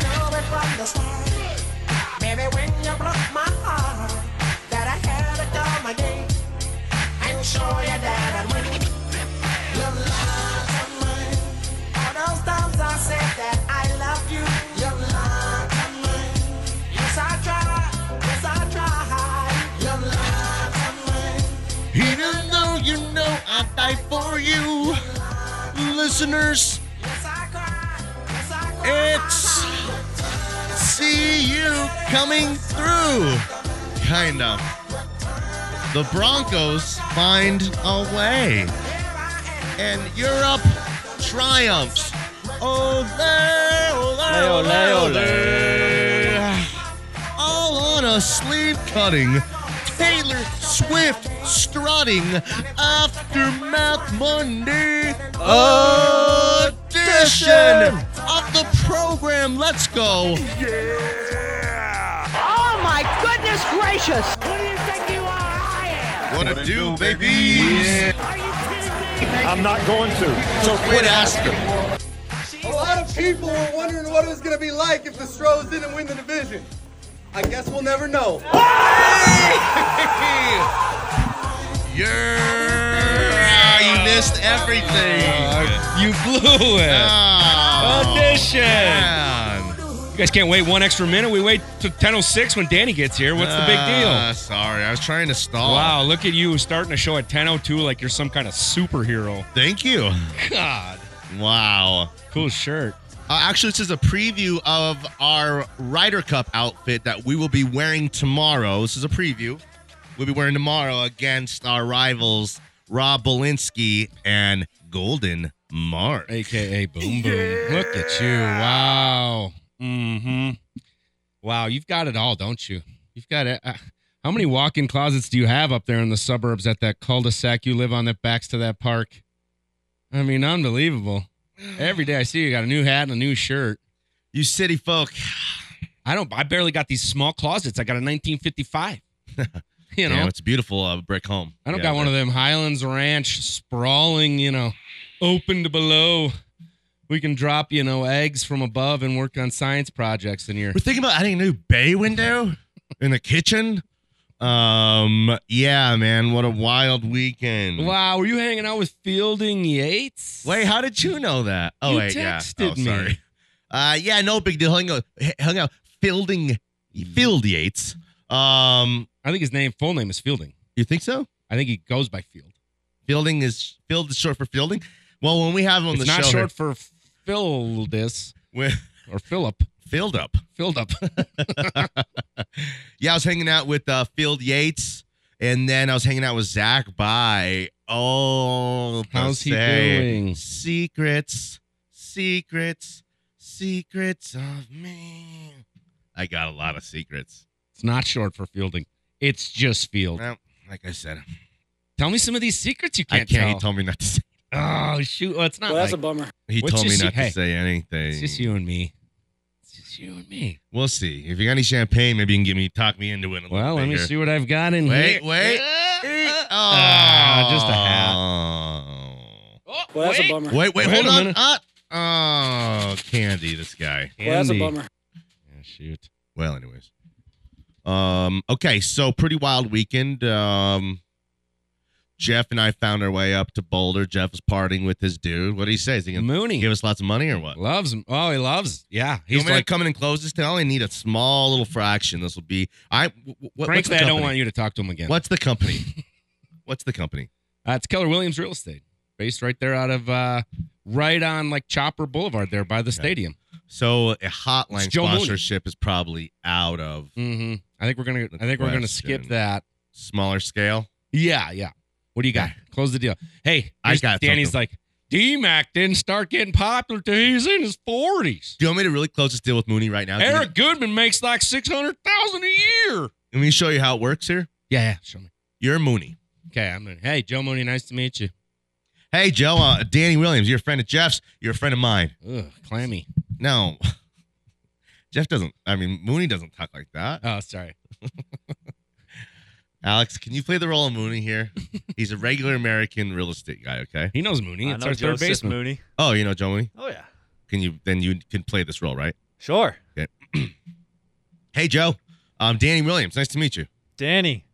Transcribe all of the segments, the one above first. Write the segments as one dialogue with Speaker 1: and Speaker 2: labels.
Speaker 1: from the start. Baby, when you broke my heart, that I had to come again and show you that I'd win. Your love of mine, all those times I said that I love you. Your love of mine, yes I tried, yes I tried. Your love of mine,
Speaker 2: Even though you know I die for you, listeners,
Speaker 1: yes I cried, yes I cried.
Speaker 2: it's see you coming through. Kind of. The Broncos find a way. And Europe triumphs. Ole, ole,
Speaker 3: Ole, ole,
Speaker 2: ole, ole. All on a sleeve cutting. Taylor Swift strutting Aftermath Monday edition of the program. Let's go.
Speaker 4: Oh my goodness gracious!
Speaker 2: What to do, babies?
Speaker 5: I'm not going to.
Speaker 2: So quit asking.
Speaker 6: A lot of people were wondering what it was going to be like if the Stros didn't win the division. I guess we'll never know.
Speaker 2: Yeah, Ah, you missed everything.
Speaker 3: You blew it.
Speaker 2: Oh,
Speaker 3: Audition.
Speaker 2: man.
Speaker 3: You guys can't wait one extra minute. We wait to 10:06 when Danny gets here. What's the big
Speaker 2: Ah,
Speaker 3: deal?
Speaker 2: sorry, I was trying to stall.
Speaker 3: Wow, look at you starting the show at 10:02 like you're some kind of superhero.
Speaker 2: Thank you.
Speaker 3: God,
Speaker 2: Wow.
Speaker 3: cool shirt.
Speaker 2: Uh, actually, this is a preview of our Ryder Cup outfit that we will be wearing tomorrow. This is a preview. We'll be wearing tomorrow against our rivals, Rob Bolinsky and Golden Mark.
Speaker 3: AKA Boom Boom. Look at you. Wow. Mm-hmm. Wow, you've got it all, don't you? You've got it. Uh, how many walk in closets do you have up there in the suburbs at that cul de sac you live on that backs to that park? I mean, unbelievable. Every day I see you got a new hat and a new shirt.
Speaker 2: You city folk.
Speaker 3: I don't, I barely got these small closets. I got a 1955. You know,
Speaker 2: Damn, it's a beautiful uh, brick home.
Speaker 3: I don't got one of them Highlands Ranch sprawling, you know, open to below. We can drop, you know, eggs from above and work on science projects in here.
Speaker 2: We're thinking about adding a new bay window in the kitchen. Um, yeah, man, what a wild weekend.
Speaker 3: Wow, were you hanging out with Fielding Yates?
Speaker 2: Mm. Wait, how did you know that? Oh,
Speaker 3: You
Speaker 2: wait, yeah.
Speaker 3: texted
Speaker 2: oh,
Speaker 3: me.
Speaker 2: sorry. Uh, yeah, no big deal. Hung out, hung out, fielding,
Speaker 3: Mm-hmm.
Speaker 2: field Yates. Um,
Speaker 3: I think his name, full name is Fielding.
Speaker 2: you think so?
Speaker 3: I think he goes by Field.
Speaker 2: Fielding is field is short for fielding. Well, when we have him on
Speaker 3: It's
Speaker 2: the
Speaker 3: not
Speaker 2: show,
Speaker 3: short for Phildis
Speaker 2: here- when-
Speaker 3: or Philip.
Speaker 2: field up.
Speaker 3: Filled up.
Speaker 2: Yeah, I was hanging out with uh, Field Yates, and then I was hanging out with Zach By. Oh,
Speaker 3: How's he
Speaker 2: Jose.
Speaker 3: doing?
Speaker 2: Secrets, secrets, secrets of me. I got a lot of secrets.
Speaker 3: It's not short for Fielding. It's just Field.
Speaker 2: Well, like I said,
Speaker 3: Tell me some of these secrets you
Speaker 2: I
Speaker 3: can't,
Speaker 2: can't. He
Speaker 3: tell.
Speaker 2: told me not to. Say,
Speaker 3: oh shoot! Well, it's not.
Speaker 7: Well, that's a
Speaker 3: like-
Speaker 7: bummer.
Speaker 2: he
Speaker 3: What's
Speaker 2: told me
Speaker 3: just-
Speaker 2: not
Speaker 3: hey,
Speaker 2: to say anything.
Speaker 3: it's just you and me. It's just you and me.
Speaker 2: We'll see. If you got any champagne, maybe you can give me talk me into it a little
Speaker 3: Well,
Speaker 2: bit
Speaker 3: let me
Speaker 2: here.
Speaker 3: see what I've got in
Speaker 2: Wait,
Speaker 3: here.
Speaker 2: wait.
Speaker 3: Uh,
Speaker 2: Ah,
Speaker 3: just a hat.
Speaker 2: hat.
Speaker 3: oh,
Speaker 7: Well, that's
Speaker 3: wait.
Speaker 7: a bummer. Well,
Speaker 2: Wait, wait,
Speaker 3: Wait
Speaker 2: hold
Speaker 3: a
Speaker 2: on.
Speaker 3: minute.
Speaker 2: Uh, oh, Candy, this guy.
Speaker 7: that's a
Speaker 3: Andy.
Speaker 7: bummer.
Speaker 3: Yeah, shoot.
Speaker 2: Well, anyways. Um, okay, so pretty wild weekend. Um Jeff and I found our way up to Boulder. Jeff was partying with his dude. What do he say? Is he gonna
Speaker 3: Mooney
Speaker 2: give us lots of money or what?
Speaker 3: loves him. Oh, he loves. Yeah,
Speaker 2: He's
Speaker 3: he's like.
Speaker 2: to come in and close this. I only need a small little fraction. This will be. I. w- w- What, what's the
Speaker 3: Frankly, I don't
Speaker 2: company?
Speaker 3: want you to talk to him again.
Speaker 2: What's the company? what's the company?
Speaker 3: Uh, it's Keller Williams Real Estate, based right there out of uh, right on like Chopper Boulevard there by the stadium.
Speaker 2: So a hotline
Speaker 3: It's Joe Mooney.
Speaker 2: sponsorship is probably out of
Speaker 3: Mm-hmm. I think we're gonna.
Speaker 2: The
Speaker 3: I think we're gonna skip
Speaker 2: question.
Speaker 3: that.
Speaker 2: smaller scale.
Speaker 3: Yeah, yeah. What do you got? Close the deal. Hey,
Speaker 2: I
Speaker 3: here's-
Speaker 2: got
Speaker 3: Danny's like. D-Mac didn't start getting popular till he's in his 40s.
Speaker 2: Do you want me to really close this deal with Mooney right now? Can you-
Speaker 3: Eric Goodman makes like 600000 a year.
Speaker 2: Let me show you how it works here.
Speaker 3: Yeah, yeah, show me.
Speaker 2: You're Mooney.
Speaker 3: Okay, I'm in. Hey, Joe Mooney, nice to meet you.
Speaker 2: Hey, Joe, uh, Danny Williams, you're a friend of Jeff's. You're a friend of mine.
Speaker 3: Ugh, clammy.
Speaker 2: No, Jeff doesn't. I mean, Mooney doesn't talk like that.
Speaker 3: Oh, sorry.
Speaker 2: Alex, can you play the role of Mooney here? He's a regular American real estate guy. Okay.
Speaker 3: He knows Mooney.
Speaker 5: I
Speaker 3: It's
Speaker 5: know
Speaker 3: our third
Speaker 5: Joseph
Speaker 3: baseman.
Speaker 5: Mooney.
Speaker 2: Oh, you know Joe Mooney.
Speaker 5: Oh yeah,
Speaker 2: Can you then you can play this role, right?
Speaker 5: sure.
Speaker 2: Okay. Hey, Joe. I'm Danny Williams. Nice to meet you.
Speaker 7: Danny,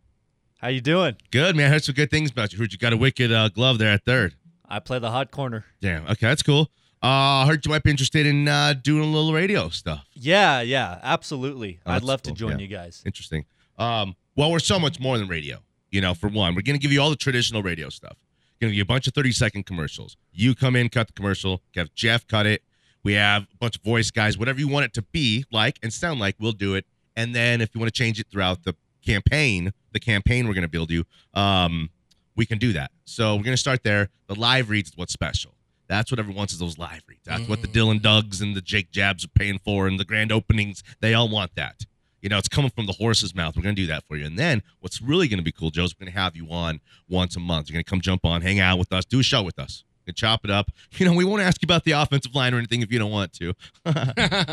Speaker 7: how you doing?
Speaker 2: Good, man. I heard some good things about you. Heard you got a wicked uh, glove there at third.
Speaker 7: I play the hot corner.
Speaker 2: Damn. Okay, that's cool. Uh, I heard you might be interested in uh, doing a little radio stuff.
Speaker 7: Yeah, yeah, absolutely.
Speaker 2: Oh,
Speaker 7: I'd
Speaker 2: that's
Speaker 7: love
Speaker 2: cool.
Speaker 7: to join
Speaker 2: Yeah.
Speaker 7: you guys.
Speaker 2: Interesting. Um, well, we're so much more than radio. You know, for one, we're gonna give you all the traditional radio stuff. Gonna give you a bunch of thirty-second commercials. You come in, cut the commercial. Have Jeff cut it. We have a bunch of voice guys. Whatever you want it to be like and sound like, we'll do it. And then if you want to change it throughout the campaign, the campaign we're gonna build you, um, we can do that. So we're gonna start there. The live reads is what's special. That's what everyone wants is those live reads. That's what the Dylan Duggs and the Jake Jabs are paying for, and the grand openings. They all want that. You know, it's coming from the horse's mouth. We're going to do that for you. And then what's really going to be cool, Joe, is we're going to have you on once a month. You're going to come jump on, hang out with us, do a show with us, and chop it up. You know, we won't ask you about the offensive line or anything if you don't want to.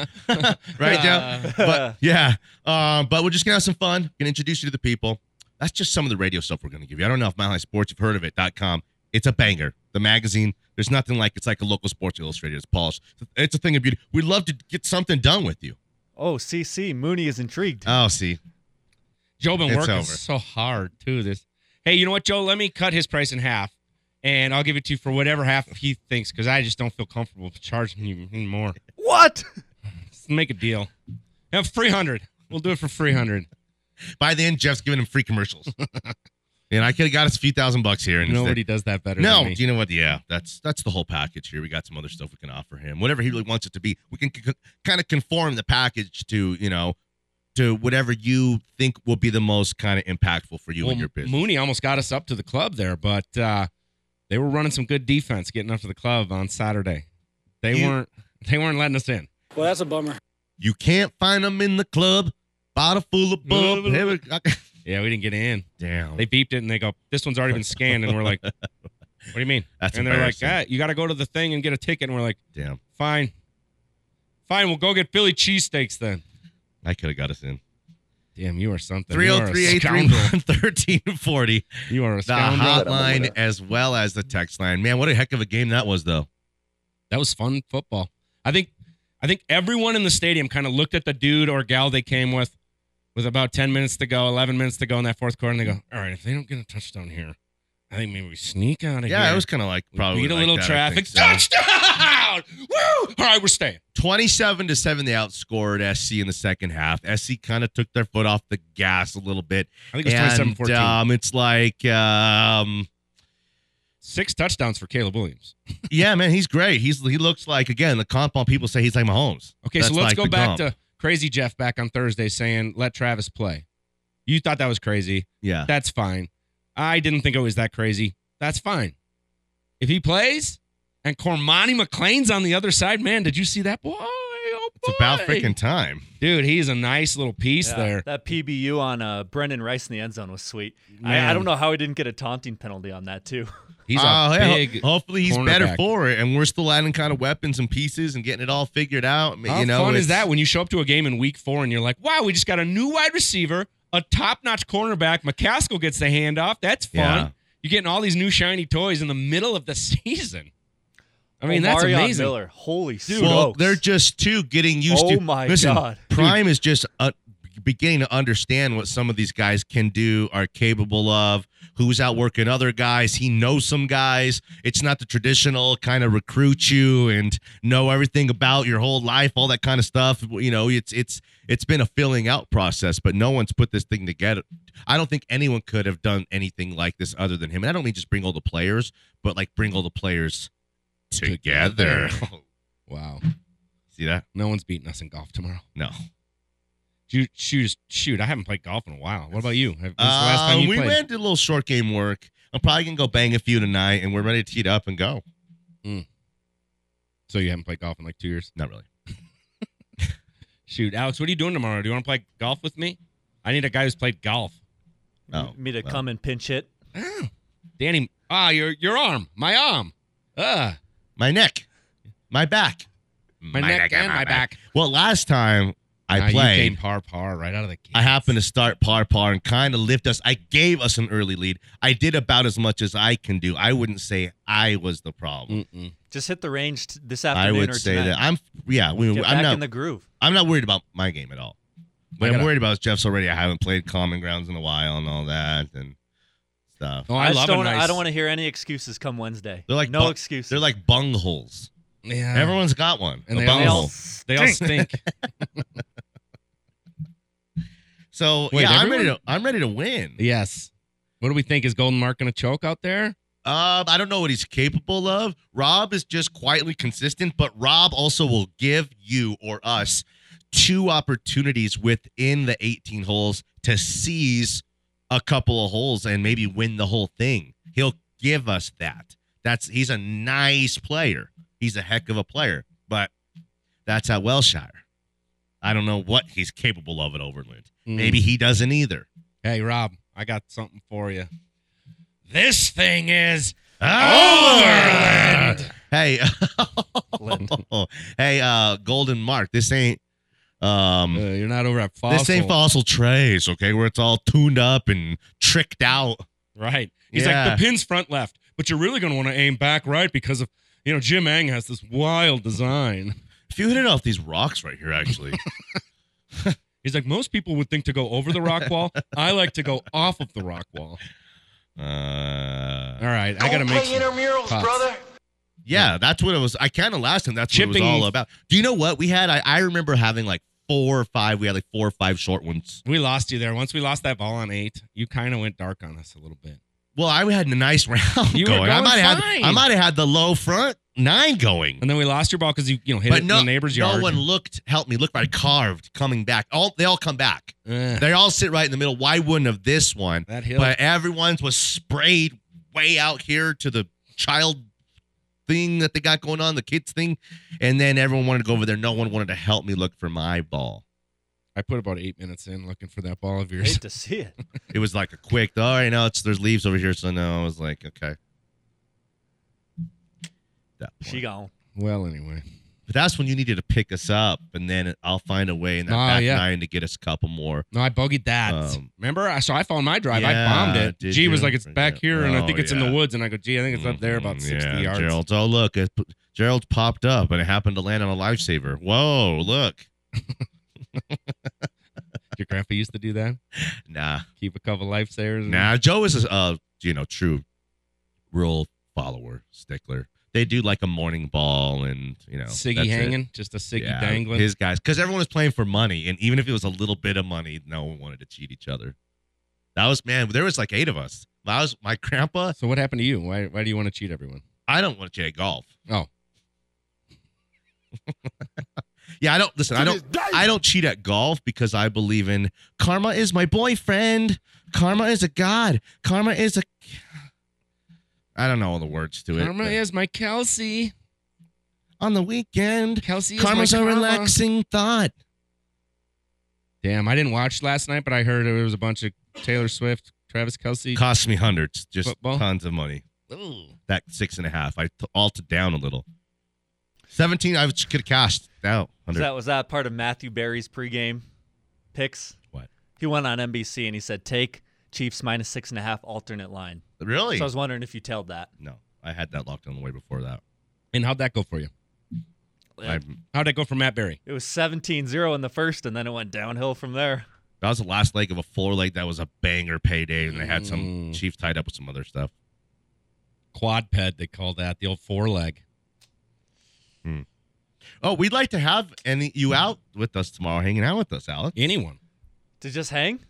Speaker 2: right, Joe? But yeah, uh, but we're just going to have some fun. Going to introduce you to the people. That's just some of the radio stuff we're going to give you. I don't know if Mile High Sports, you've heard of it, .com. It's a banger. The magazine, there's nothing like it's like a local Sports Illustrated. It's polished. It's a thing of beauty. We'd love to get something done with you.
Speaker 7: Oh, CC Mooney is intrigued.
Speaker 2: Oh, see,
Speaker 3: Joe been
Speaker 2: It's
Speaker 3: working
Speaker 2: over.
Speaker 3: so hard too. This. Hey, you know what, Joe? Let me cut his price in half, and I'll give it to you for whatever half he thinks, because I just don't feel comfortable charging you any more.
Speaker 7: what?
Speaker 3: Let's make a deal. Have three hundred. We'll do it for three hundred.
Speaker 2: By the end, Jeff's giving him free commercials. and I could have got us a few thousand bucks here. And
Speaker 3: Nobody does that better.
Speaker 2: no,
Speaker 3: than me.
Speaker 2: do you know what? Yeah, that's that's the whole package here. We got some other stuff we can offer him. Whatever he really wants it to be, we can c- kind of conform the package to you know to whatever you think will be the most kind of impactful for you
Speaker 3: Well,
Speaker 2: and your business.
Speaker 3: Mooney almost got us up to the club there, but uh, they were running some good defense getting up to the club on Saturday. They
Speaker 2: You-
Speaker 3: weren't. They weren't letting us in.
Speaker 8: Well, that's a bummer.
Speaker 2: You can't find him in the club. Bottle full of bub. Here we-
Speaker 3: Yeah, we didn't get in.
Speaker 2: Damn,
Speaker 3: They beeped it and they go, "This one's already been scanned," and we're like, "What do you mean?"
Speaker 2: that's
Speaker 3: and they're like,
Speaker 2: embarrassing.
Speaker 3: ah, "You got to go to the thing and get a ticket." And we're like,
Speaker 2: Damn,
Speaker 3: "Fine, fine, we'll go get Philly cheesesteaks then."
Speaker 2: I could have got us in.
Speaker 3: Damn, you are something. You are a
Speaker 2: 303-831-1340.
Speaker 3: scoundrel. You are a
Speaker 2: The
Speaker 3: scoundrel.
Speaker 2: hotline as well as the text line. Man, what a heck of a game that was, though.
Speaker 3: That was fun football. I think I think everyone in the stadium kind of looked at the dude or gal they came with with about 10 minutes to go, 11 minutes to go in that fourth quarter and they go, "All right, if they don't get a touchdown here, I think maybe we sneak out of here."
Speaker 2: Yeah, it was kind of like
Speaker 3: We
Speaker 2: probably
Speaker 3: beat a
Speaker 2: like
Speaker 3: little
Speaker 2: that, I think
Speaker 3: traffic.
Speaker 2: so.
Speaker 3: Touchdown! Woo! All right, we're staying.
Speaker 2: 27 to 7 they outscored SC in the second half. SC kind of took their foot off the gas a little bit.
Speaker 3: I think it was 27
Speaker 2: And
Speaker 3: 14.
Speaker 2: um it's like um
Speaker 3: Six touchdowns for Caleb Williams.
Speaker 2: yeah, man, he's great. He's he looks like again, the comp on people say he's like Mahomes.
Speaker 3: Okay, so
Speaker 2: That's
Speaker 3: let's
Speaker 2: like
Speaker 3: go
Speaker 2: the
Speaker 3: back
Speaker 2: comp.
Speaker 3: to Crazy Jeff back on Thursday saying, "Let Travis play." You thought that was crazy.
Speaker 2: Yeah.
Speaker 3: That's fine. I didn't think it was that crazy. That's fine. If he plays and Cormani McLean's on the other side, man, did you see that boy? Oh, boy.
Speaker 2: It's about freaking time.
Speaker 3: dude. He's a nice little piece
Speaker 7: Yeah,
Speaker 3: there.
Speaker 7: That PBU on uh, Brendan Rice in the end zone was sweet. I, I
Speaker 3: Man.
Speaker 7: don't know how he didn't get a taunting penalty on that too.
Speaker 3: He's a
Speaker 2: Oh, yeah, ho-
Speaker 3: Ah, big.
Speaker 2: Hopefully he's better
Speaker 3: cornerback.
Speaker 2: for it, and we're still adding kind of weapons and pieces and getting it all figured out. I mean,
Speaker 3: How
Speaker 2: you know,
Speaker 3: fun is
Speaker 2: it's-
Speaker 3: that when you show up to a game in week four and you're like, wow, we just got a new wide receiver, a top-notch cornerback. McCaskill gets the handoff. That's fun.
Speaker 2: Yeah.
Speaker 3: You're getting all these new shiny toys in the middle of the season. I mean, that's
Speaker 7: Omarion
Speaker 3: amazing.
Speaker 7: Miller, holy dude,
Speaker 2: well, they're just too getting used
Speaker 7: Oh
Speaker 2: to.
Speaker 7: my
Speaker 2: Listen,
Speaker 7: God.
Speaker 2: Prime is just uh, beginning to understand what some of these guys can do, are capable of, who's out working other guys. He knows some guys. It's not the traditional kind of recruit you and know everything about your whole life, all that kind of stuff. You know, it's it's it's been a filling out process, but no one's put this thing together. I don't think anyone could have done anything like this other than him. And I don't mean just bring all the players, but like bring all the players together.
Speaker 3: Wow.
Speaker 2: See that?
Speaker 3: No one's beating us in golf tomorrow.
Speaker 2: No.
Speaker 3: Shoot, shoot, shoot. I haven't played golf in a while. What about you? Have- When's the last
Speaker 2: Uh,
Speaker 3: time you
Speaker 2: we
Speaker 3: played?
Speaker 2: went and did a little short game work. I'm probably gonna go bang a few tonight, and we're ready to tee it up and go.
Speaker 3: So you haven't played golf in like two years.
Speaker 2: Not really.
Speaker 3: Shoot, Alex, what are you doing tomorrow? Do you want to play golf with me? I need a guy who's played golf.
Speaker 2: No.
Speaker 7: me to
Speaker 2: Oh, well.
Speaker 7: come and pinch hit.
Speaker 3: Danny, ah, your your arm, my arm, uh,
Speaker 2: My neck, my back,
Speaker 3: my, neck, and my back.
Speaker 2: Well, last time I
Speaker 3: Ah, you
Speaker 2: played,
Speaker 3: came par par right out of the gate.
Speaker 2: I happened to start par par and kind of lift us. I gave us an early lead. I did about as much as I can do. I wouldn't say I was the problem.
Speaker 3: Mm-mm.
Speaker 7: Just hit the range t- this
Speaker 2: I
Speaker 7: Mm, afternoon or
Speaker 2: would say
Speaker 7: tonight.
Speaker 2: that I'm. Yeah, we,
Speaker 7: Get
Speaker 2: I'm
Speaker 7: back
Speaker 2: not.
Speaker 7: in the groove.
Speaker 2: I'm not worried about my game at all. Like
Speaker 3: I
Speaker 2: I'm
Speaker 3: gotta-
Speaker 2: worried about Jeff's already. I haven't played Common Grounds in a while and all that and stuff.
Speaker 3: Oh, I, love
Speaker 7: just don't.
Speaker 3: a nice.
Speaker 7: I don't want to hear any excuses come Wednesday.
Speaker 2: They're like
Speaker 7: no
Speaker 2: bu-
Speaker 7: excuses.
Speaker 2: They're like bungholes.
Speaker 3: Yeah.
Speaker 2: Everyone's got one.
Speaker 3: Mm. And
Speaker 2: a
Speaker 3: they all-
Speaker 7: they all
Speaker 2: bunghole.
Speaker 3: They all stink.
Speaker 2: So
Speaker 3: Wait,
Speaker 2: yeah, I'm
Speaker 3: everyone?
Speaker 2: ready to I'm ready to win.
Speaker 3: yes. What do we think? Is Golden Mark going to choke out there?
Speaker 2: Um, I don't know what he's capable of. Rob is just quietly consistent, but Rob also will give you or us two opportunities within the 18 holes to seize a couple of holes and maybe win the whole thing. He'll give us that. That's he's a nice player. He's a heck of a player, but that's at Welshire. I don't know what he's capable of at Overland.
Speaker 3: Mm.
Speaker 2: Maybe he doesn't either.
Speaker 3: Hey, Rob, I got something for you. This thing is
Speaker 2: Overland. Hey, hey, uh, Golden Mark, this ain't
Speaker 3: Uh,
Speaker 2: um,
Speaker 3: you're not over at Fossil.
Speaker 2: this ain't fossil trays, okay? Where it's all tuned up and tricked out.
Speaker 3: Right. He's
Speaker 2: Yeah.
Speaker 3: like, the pin's front left, but you're really going to want to aim back right because of, you know, Jim Ang has this wild design.
Speaker 2: If you hit it off these rocks right here, actually,
Speaker 3: He's like, most people would think to go over the rock wall. I like to go off of the rock wall.
Speaker 2: uh,
Speaker 3: All right. I got to make some cuts.
Speaker 2: yeah, that's what it was. I kind of last time. That's what it
Speaker 3: Chipping-
Speaker 2: was all about. Do you know what we had? I, I remember having like four or five. We had like four or five short ones.
Speaker 3: We lost you there. Once we lost that ball on eight, you kind of went dark on us a little bit.
Speaker 2: Well, I had a nice round
Speaker 3: You were
Speaker 2: going. I
Speaker 3: going
Speaker 2: might have
Speaker 3: fine.
Speaker 2: had I might have had the low front nine going.
Speaker 3: And then we lost your ball because you, you know, hit it
Speaker 2: but
Speaker 3: in
Speaker 2: no,
Speaker 3: the neighbor's
Speaker 2: no
Speaker 3: yard.
Speaker 2: one looked, helped me look right, carved, coming back. All they all come back.
Speaker 3: Eh,
Speaker 2: They all sit right in the middle. Why wouldn't have this one?
Speaker 3: that hill.
Speaker 2: But everyone's was sprayed way out here to the child thing that they got going on, the kids thing, and then everyone wanted to go over there. No one wanted to help me look for my ball.
Speaker 3: I put about eight minutes in looking for that ball of
Speaker 7: I
Speaker 3: yours.
Speaker 7: hate to see it.
Speaker 2: It was like a quick, all right, now it's there's leaves over here, so no, I was like, okay. That
Speaker 7: She
Speaker 2: one.
Speaker 7: gone.
Speaker 3: Well, anyway.
Speaker 2: but that's when you needed to pick us up, and then I'll find a way in that
Speaker 3: Ah,
Speaker 2: back
Speaker 3: yeah.
Speaker 2: nine to get us a couple more.
Speaker 3: No, I bogeyed that.
Speaker 2: Um,
Speaker 3: Remember? I So I found my drive.
Speaker 2: Yeah,
Speaker 3: I bombed it.
Speaker 2: did
Speaker 3: G was
Speaker 2: you?
Speaker 3: like, it's back
Speaker 2: Yeah.
Speaker 3: here, and I
Speaker 2: Oh,
Speaker 3: think it's in
Speaker 2: yeah.
Speaker 3: the woods. And I go, gee, I think it's up there about
Speaker 2: Mhm,
Speaker 3: 60
Speaker 2: yeah,
Speaker 3: yards.
Speaker 2: Gerald's, oh, look, it, Gerald popped up and it happened to land on a lifesaver. Whoa, look.
Speaker 3: Your grandpa used to do that.
Speaker 2: Nah,
Speaker 3: Keep a couple lifesavers. and-
Speaker 2: nah. Joe is a, uh, you know, true rule follower, stickler. They do like a morning ball and, you know,
Speaker 3: Siggy
Speaker 2: that's it.
Speaker 3: hanging, just a Siggy
Speaker 2: Yeah,
Speaker 3: dangling.
Speaker 2: His guys, because everyone was playing for money. And even if it was a little bit of money, no one wanted to cheat each other. That was, man, there was like eight of us. I was, my grandpa,
Speaker 3: so what happened to you? Why, why do you want to cheat everyone?
Speaker 2: I don't want to cheat at golf.
Speaker 3: Oh,
Speaker 2: Yeah, I don't listen. I don't. I don't cheat at golf because I believe in karma is my boyfriend. Karma is a god. Karma is a. I don't know all the words to it.
Speaker 3: karma
Speaker 2: but
Speaker 3: is my Kelsey.
Speaker 2: on the weekend.
Speaker 3: Kelsey is
Speaker 2: Karma's
Speaker 3: my
Speaker 2: a
Speaker 3: karma.
Speaker 2: relaxing thought.
Speaker 3: Damn, I didn't watch last night, but I heard it was a bunch of Taylor Swift, Travis Kelsey.
Speaker 2: Cost me hundreds, just
Speaker 3: Football?
Speaker 2: tons of money.
Speaker 3: Ooh.
Speaker 2: That six and a half, I t- altered down a little. Seventeen, I could have cashed out.
Speaker 7: Was
Speaker 2: 100.
Speaker 7: that was that part of Matthew Barry's pregame picks?
Speaker 2: What?
Speaker 7: He went on NBC and he said, "Take Chiefs minus six and a half alternate line."
Speaker 2: really?
Speaker 7: So I was wondering if you tailed that.
Speaker 2: no, I had that locked on way before that.
Speaker 3: And how'd that go for you?
Speaker 2: I,
Speaker 3: How'd that go for Matt Berry?
Speaker 7: It was 17-0 in the first, and then it went downhill from there.
Speaker 2: that was the last leg of a four leg. That was a banger payday, and they had some
Speaker 3: Mm.
Speaker 2: Chiefs tied up with some other stuff.
Speaker 3: Quadped, they call that the old four leg.
Speaker 2: Oh, we'd like to have any you
Speaker 3: Mm.
Speaker 2: out with us tomorrow, hanging out with us, Alex.
Speaker 3: Anyone?
Speaker 7: To just hang,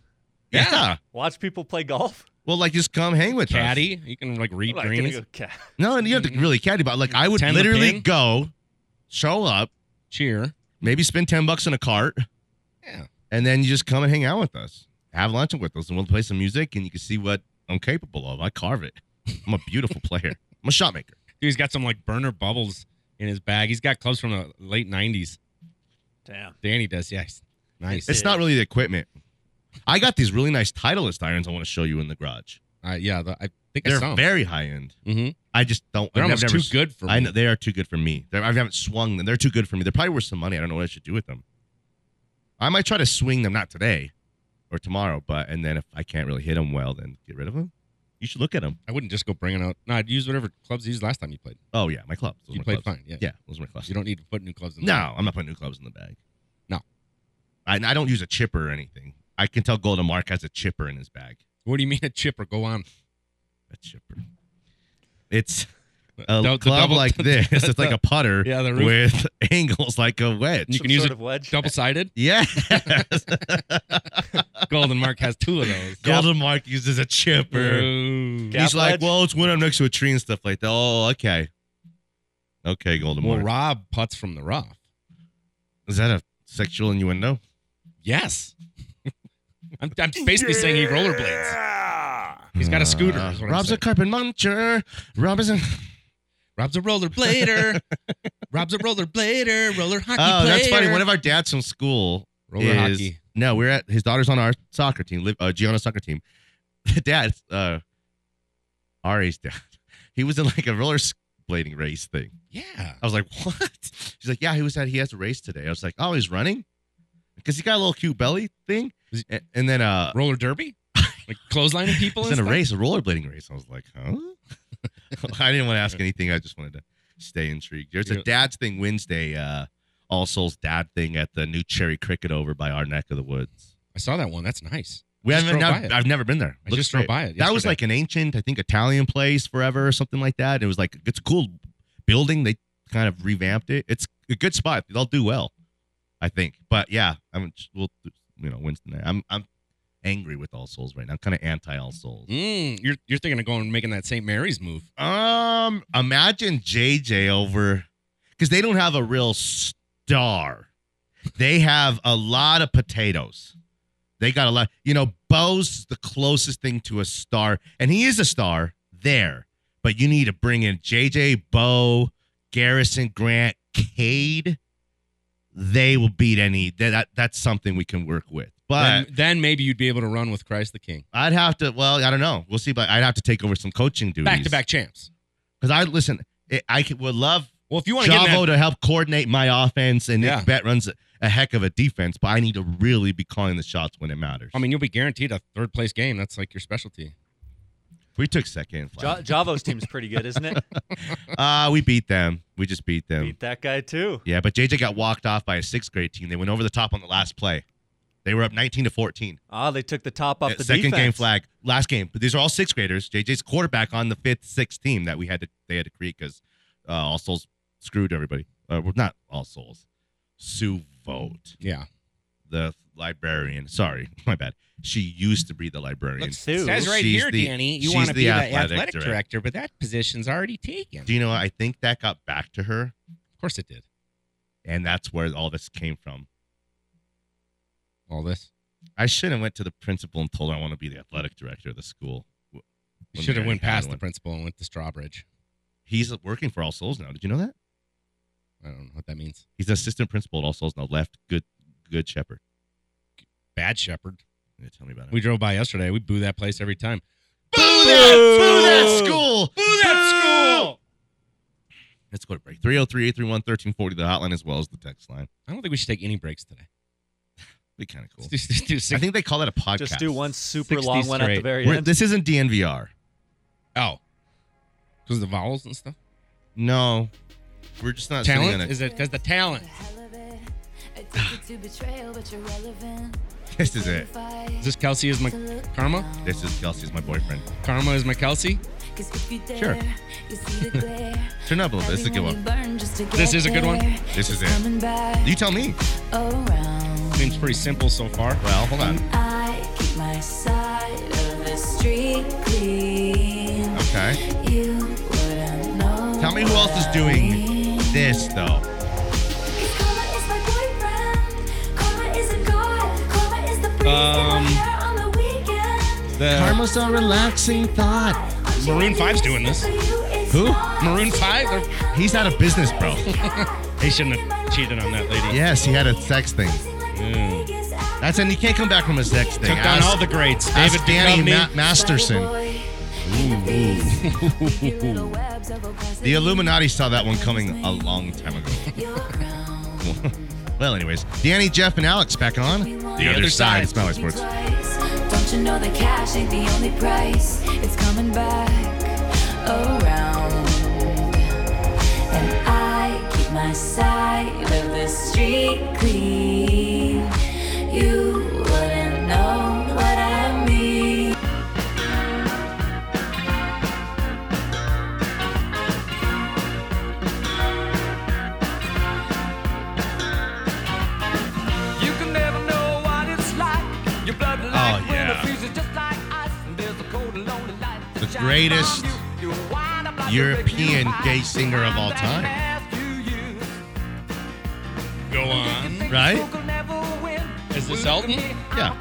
Speaker 2: Yeah.
Speaker 7: watch people play golf.
Speaker 2: Well, like just come hang with us.
Speaker 3: Caddy, Mm-hmm. you can like read
Speaker 7: Like,
Speaker 3: greens.
Speaker 7: gonna go ca-
Speaker 2: No, and you have to really caddy, but like I would
Speaker 3: Tend the
Speaker 2: literally
Speaker 3: pin?
Speaker 2: go, show up,
Speaker 3: Cheer.
Speaker 2: maybe spend ten bucks in a cart,
Speaker 3: Yeah.
Speaker 2: and then you just come and hang out with us, have lunch with us, and we'll play some music, and you can see what I'm capable of. I carve it. I'm a beautiful player. I'm a shot maker.
Speaker 3: Dude, he's got some like burner bubbles in his bag. He's got clubs from the late '90s.
Speaker 7: Damn.
Speaker 3: Danny does, yes. Nice.
Speaker 2: It's not really the equipment. I got these really nice Titleist irons. I want to show you in the garage.
Speaker 3: Uh, yeah, the, I think I
Speaker 2: They're
Speaker 3: saw. Him.
Speaker 2: very high end.
Speaker 3: Mhm.
Speaker 2: I just don't.
Speaker 3: They're
Speaker 2: I've
Speaker 3: almost
Speaker 2: never
Speaker 3: too
Speaker 2: s-
Speaker 3: good for me.
Speaker 2: I know they are too good for me. They're, I haven't swung them. They're too good for me. They're probably worth some money. I don't know what I should do with them. I might try to swing them, not today or tomorrow, but and then if I can't really hit them well, then get rid of them. You should look at them.
Speaker 3: I wouldn't just go bringing out. No, I'd use whatever clubs you used last time you played.
Speaker 2: Oh yeah, my clubs. Those are
Speaker 3: You
Speaker 2: my
Speaker 3: played
Speaker 2: clubs.
Speaker 3: fine. Yeah.
Speaker 2: Yeah, those are my clubs.
Speaker 3: You don't need to put new clubs in.
Speaker 2: no, I'm not putting new clubs in the bag.
Speaker 3: No.
Speaker 2: I, I don't use a chipper or anything. I can tell Golden Mark has a chipper in his bag.
Speaker 3: What do you mean a chipper? Go on.
Speaker 2: A chipper. It's a
Speaker 3: The- the
Speaker 2: club
Speaker 3: double-
Speaker 2: like this. It's like a putter
Speaker 3: Yeah, the roof-
Speaker 2: with angles like a wedge.
Speaker 3: You
Speaker 7: Some
Speaker 3: can use
Speaker 7: sort
Speaker 3: it
Speaker 7: of wedge.
Speaker 3: double sided.
Speaker 2: yeah.
Speaker 3: Golden Mark has two of those.
Speaker 2: Golden Mark uses a
Speaker 3: Mm-hmm.
Speaker 2: chipper.
Speaker 3: Ooh.
Speaker 7: Gap
Speaker 2: He's like,
Speaker 7: wedge?
Speaker 2: well, it's when I'm next to a tree and stuff like that. Oh, okay. Okay, Golden
Speaker 3: Well,
Speaker 2: Mark.
Speaker 3: Rob putts from the rough.
Speaker 2: Is that a sexual innuendo?
Speaker 3: Yes. I'm, I'm basically saying he rollerblades. He's got a scooter.
Speaker 2: Uh,
Speaker 3: is what I'm
Speaker 2: Rob's a
Speaker 3: saying.
Speaker 2: carpet muncher. Rob is a.
Speaker 3: Rob's a rollerblader. Rob's a rollerblader. Roller hockey
Speaker 2: Oh,
Speaker 3: player.
Speaker 2: that's funny. One of our dads from school
Speaker 3: roller
Speaker 2: is-
Speaker 3: hockey.
Speaker 2: No, we're at his daughter's on our soccer team, live uh, Gianna's soccer team. dad, uh, Ari's dad, he was in like a roller blading race thing.
Speaker 3: Yeah.
Speaker 2: I was like, what? She's like, yeah, he was at he has a race today. I was like, oh, he's running because he got a little cute belly thing,
Speaker 3: Is he-
Speaker 2: and, and then uh,
Speaker 3: Roller derby. Like clotheslining people.
Speaker 2: he's
Speaker 3: and
Speaker 2: in a
Speaker 3: stuff?
Speaker 2: race, a rollerblading race. I was like, huh? I didn't want to ask anything. I just wanted to stay intrigued. There's
Speaker 3: Yeah.
Speaker 2: a dad's thing Wednesday, uh, All Souls dad thing at the new Cherry Cricket over by our neck of the woods.
Speaker 3: I saw that one. That's nice.
Speaker 2: We
Speaker 3: Just
Speaker 2: haven't.
Speaker 3: drove
Speaker 2: now-
Speaker 3: by it.
Speaker 2: I've never been there.
Speaker 3: I
Speaker 2: Looks
Speaker 3: just drove
Speaker 2: great.
Speaker 3: by it
Speaker 2: That was
Speaker 3: yesterday.
Speaker 2: like an ancient, I think, Italian place forever or something like that. It was like it's a cool building. They kind of revamped it. It's a good spot. They'll do well, I think. But yeah, I'm. We'll, you know, Wednesday night. I'm. I'm angry with All Souls right now. I'm kind of anti All Souls.
Speaker 3: Mm, you're you're thinking of going and making that St. Mary's move.
Speaker 2: Um, imagine JJ over because they don't have a real star. They have a lot of potatoes. They got a lot. You know, Bo's the closest thing to a star, and he is a star there. But you need to bring in JJ, Bo, Garrison, Grant, Cade. They will beat any. That, that that's something we can work with. But
Speaker 3: then, then maybe you'd be able to run with Christ the King.
Speaker 2: I'd have to. Well, I don't know. We'll see. But I'd have to take over some coaching duties.
Speaker 3: Back to back champs.
Speaker 2: Because I listen, it, I could- would love
Speaker 3: Well, if you want to get in
Speaker 2: Javo
Speaker 3: that,
Speaker 2: to help coordinate my offense, and Nick
Speaker 3: Yeah.
Speaker 2: Bet runs a, a heck of a defense, but I need to really be calling the shots when it matters.
Speaker 3: I mean, you'll be guaranteed a third place game. That's like your specialty.
Speaker 2: we took second.
Speaker 7: Ja-
Speaker 2: flag.
Speaker 7: Javo's team's pretty good, isn't it?
Speaker 2: uh, we beat them. We just beat them.
Speaker 7: Beat that guy too.
Speaker 2: Yeah, but JJ got walked off by a sixth grade team. They went over the top on the last play. They were up 19 to 14.
Speaker 7: Ah, they took the top off
Speaker 2: Yeah,
Speaker 7: the
Speaker 2: second game
Speaker 7: defense.
Speaker 2: flag, last game. But these are all sixth graders. JJ's quarterback on the fifth, sixth team that we had to they had to create because uh, All Souls screwed everybody. Uh, well, not All Souls. Sue Vote.
Speaker 3: Yeah.
Speaker 2: the librarian. Sorry, my bad. She used to be the librarian.
Speaker 3: Look,
Speaker 7: Sue.
Speaker 3: says right
Speaker 2: She's
Speaker 3: here,
Speaker 2: the-
Speaker 3: Danny, you
Speaker 2: she's
Speaker 3: want to
Speaker 2: the
Speaker 3: be the athletic,
Speaker 2: athletic
Speaker 3: director. but that position's already taken.
Speaker 2: Do you know? what? I think that got back to her,
Speaker 3: of course it did.
Speaker 2: and that's where all this came from.
Speaker 3: All this.
Speaker 2: I should have went to the principal and told her I want to be the athletic director of the school. w-
Speaker 3: You
Speaker 2: when
Speaker 3: should have
Speaker 2: they
Speaker 3: went
Speaker 2: already had
Speaker 3: past the
Speaker 2: one.
Speaker 3: principal and went to Strawbridge.
Speaker 2: He's working for All Souls now. Did you know that?
Speaker 3: I don't know what that means.
Speaker 2: He's the assistant principal at All Souls now. Left Good Good Shepherd.
Speaker 3: Bad Shepherd.
Speaker 2: Yeah, tell me about it.
Speaker 3: We drove by yesterday. We boo that place every time.
Speaker 2: boo that, boo that school.
Speaker 3: Boo that school!
Speaker 2: Let's go to break. 303 831 1340, the hotline as well as the text line.
Speaker 3: I don't think we should take any breaks today.
Speaker 2: Be kind of cool.
Speaker 3: Let's do- let's do
Speaker 2: I
Speaker 3: six-
Speaker 2: think they call that a podcast.
Speaker 7: Just do one super
Speaker 3: 60
Speaker 7: long one at the
Speaker 3: straight.
Speaker 7: very
Speaker 2: We're-
Speaker 7: end.
Speaker 2: this isn't DNVR.
Speaker 3: oh. Because of the vowels and stuff?
Speaker 2: No, we're just not sitting on
Speaker 3: Talent?
Speaker 2: it.
Speaker 3: Is it because the talent?
Speaker 2: This is it.
Speaker 3: Is this Kelsey is my karma?
Speaker 2: This is Kelsey's my boyfriend.
Speaker 3: Karma is my Kelsey?
Speaker 2: Sure. Chernobyl. This is a good one.
Speaker 3: This
Speaker 8: This
Speaker 3: is a good one?
Speaker 2: This is it. You tell me.
Speaker 8: Around.
Speaker 3: Seems pretty simple so far.
Speaker 2: Well, hold on.
Speaker 8: I keep my side of the street clean.
Speaker 2: Okay.
Speaker 8: You wouldn't know.
Speaker 2: Tell me who else is doing this though.
Speaker 8: Karma is my boyfriend. Karma isn't God. Karma is the priest in
Speaker 3: Um,
Speaker 8: my hair on the weekend.
Speaker 3: The
Speaker 2: Karma's a relaxing thought.
Speaker 3: Maroon 5's doing this.
Speaker 2: Who?
Speaker 3: Maroon 5? They're-
Speaker 2: He's out of business, bro.
Speaker 3: He shouldn't have cheated on that lady.
Speaker 2: yes, he had a sex thing. That's and you can't come back from a sex thing.
Speaker 3: Took down
Speaker 2: Ask-
Speaker 3: all the greats.
Speaker 2: ask
Speaker 3: David
Speaker 2: Danny Ma-
Speaker 3: Duchovny.
Speaker 2: Masterson. The Illuminati saw that one coming a long time ago. well, anyways, Danny, Jeff, and Alex back on the,
Speaker 3: Other Side.
Speaker 2: It's Mallory Sports.
Speaker 8: Don't you know that cash ain't the only price? It's coming back around. And I keep my side of the street clean.
Speaker 2: Oh, greatest European gay singer of all time,
Speaker 3: Go on.
Speaker 2: right?
Speaker 3: Is this Elton?
Speaker 2: Yeah.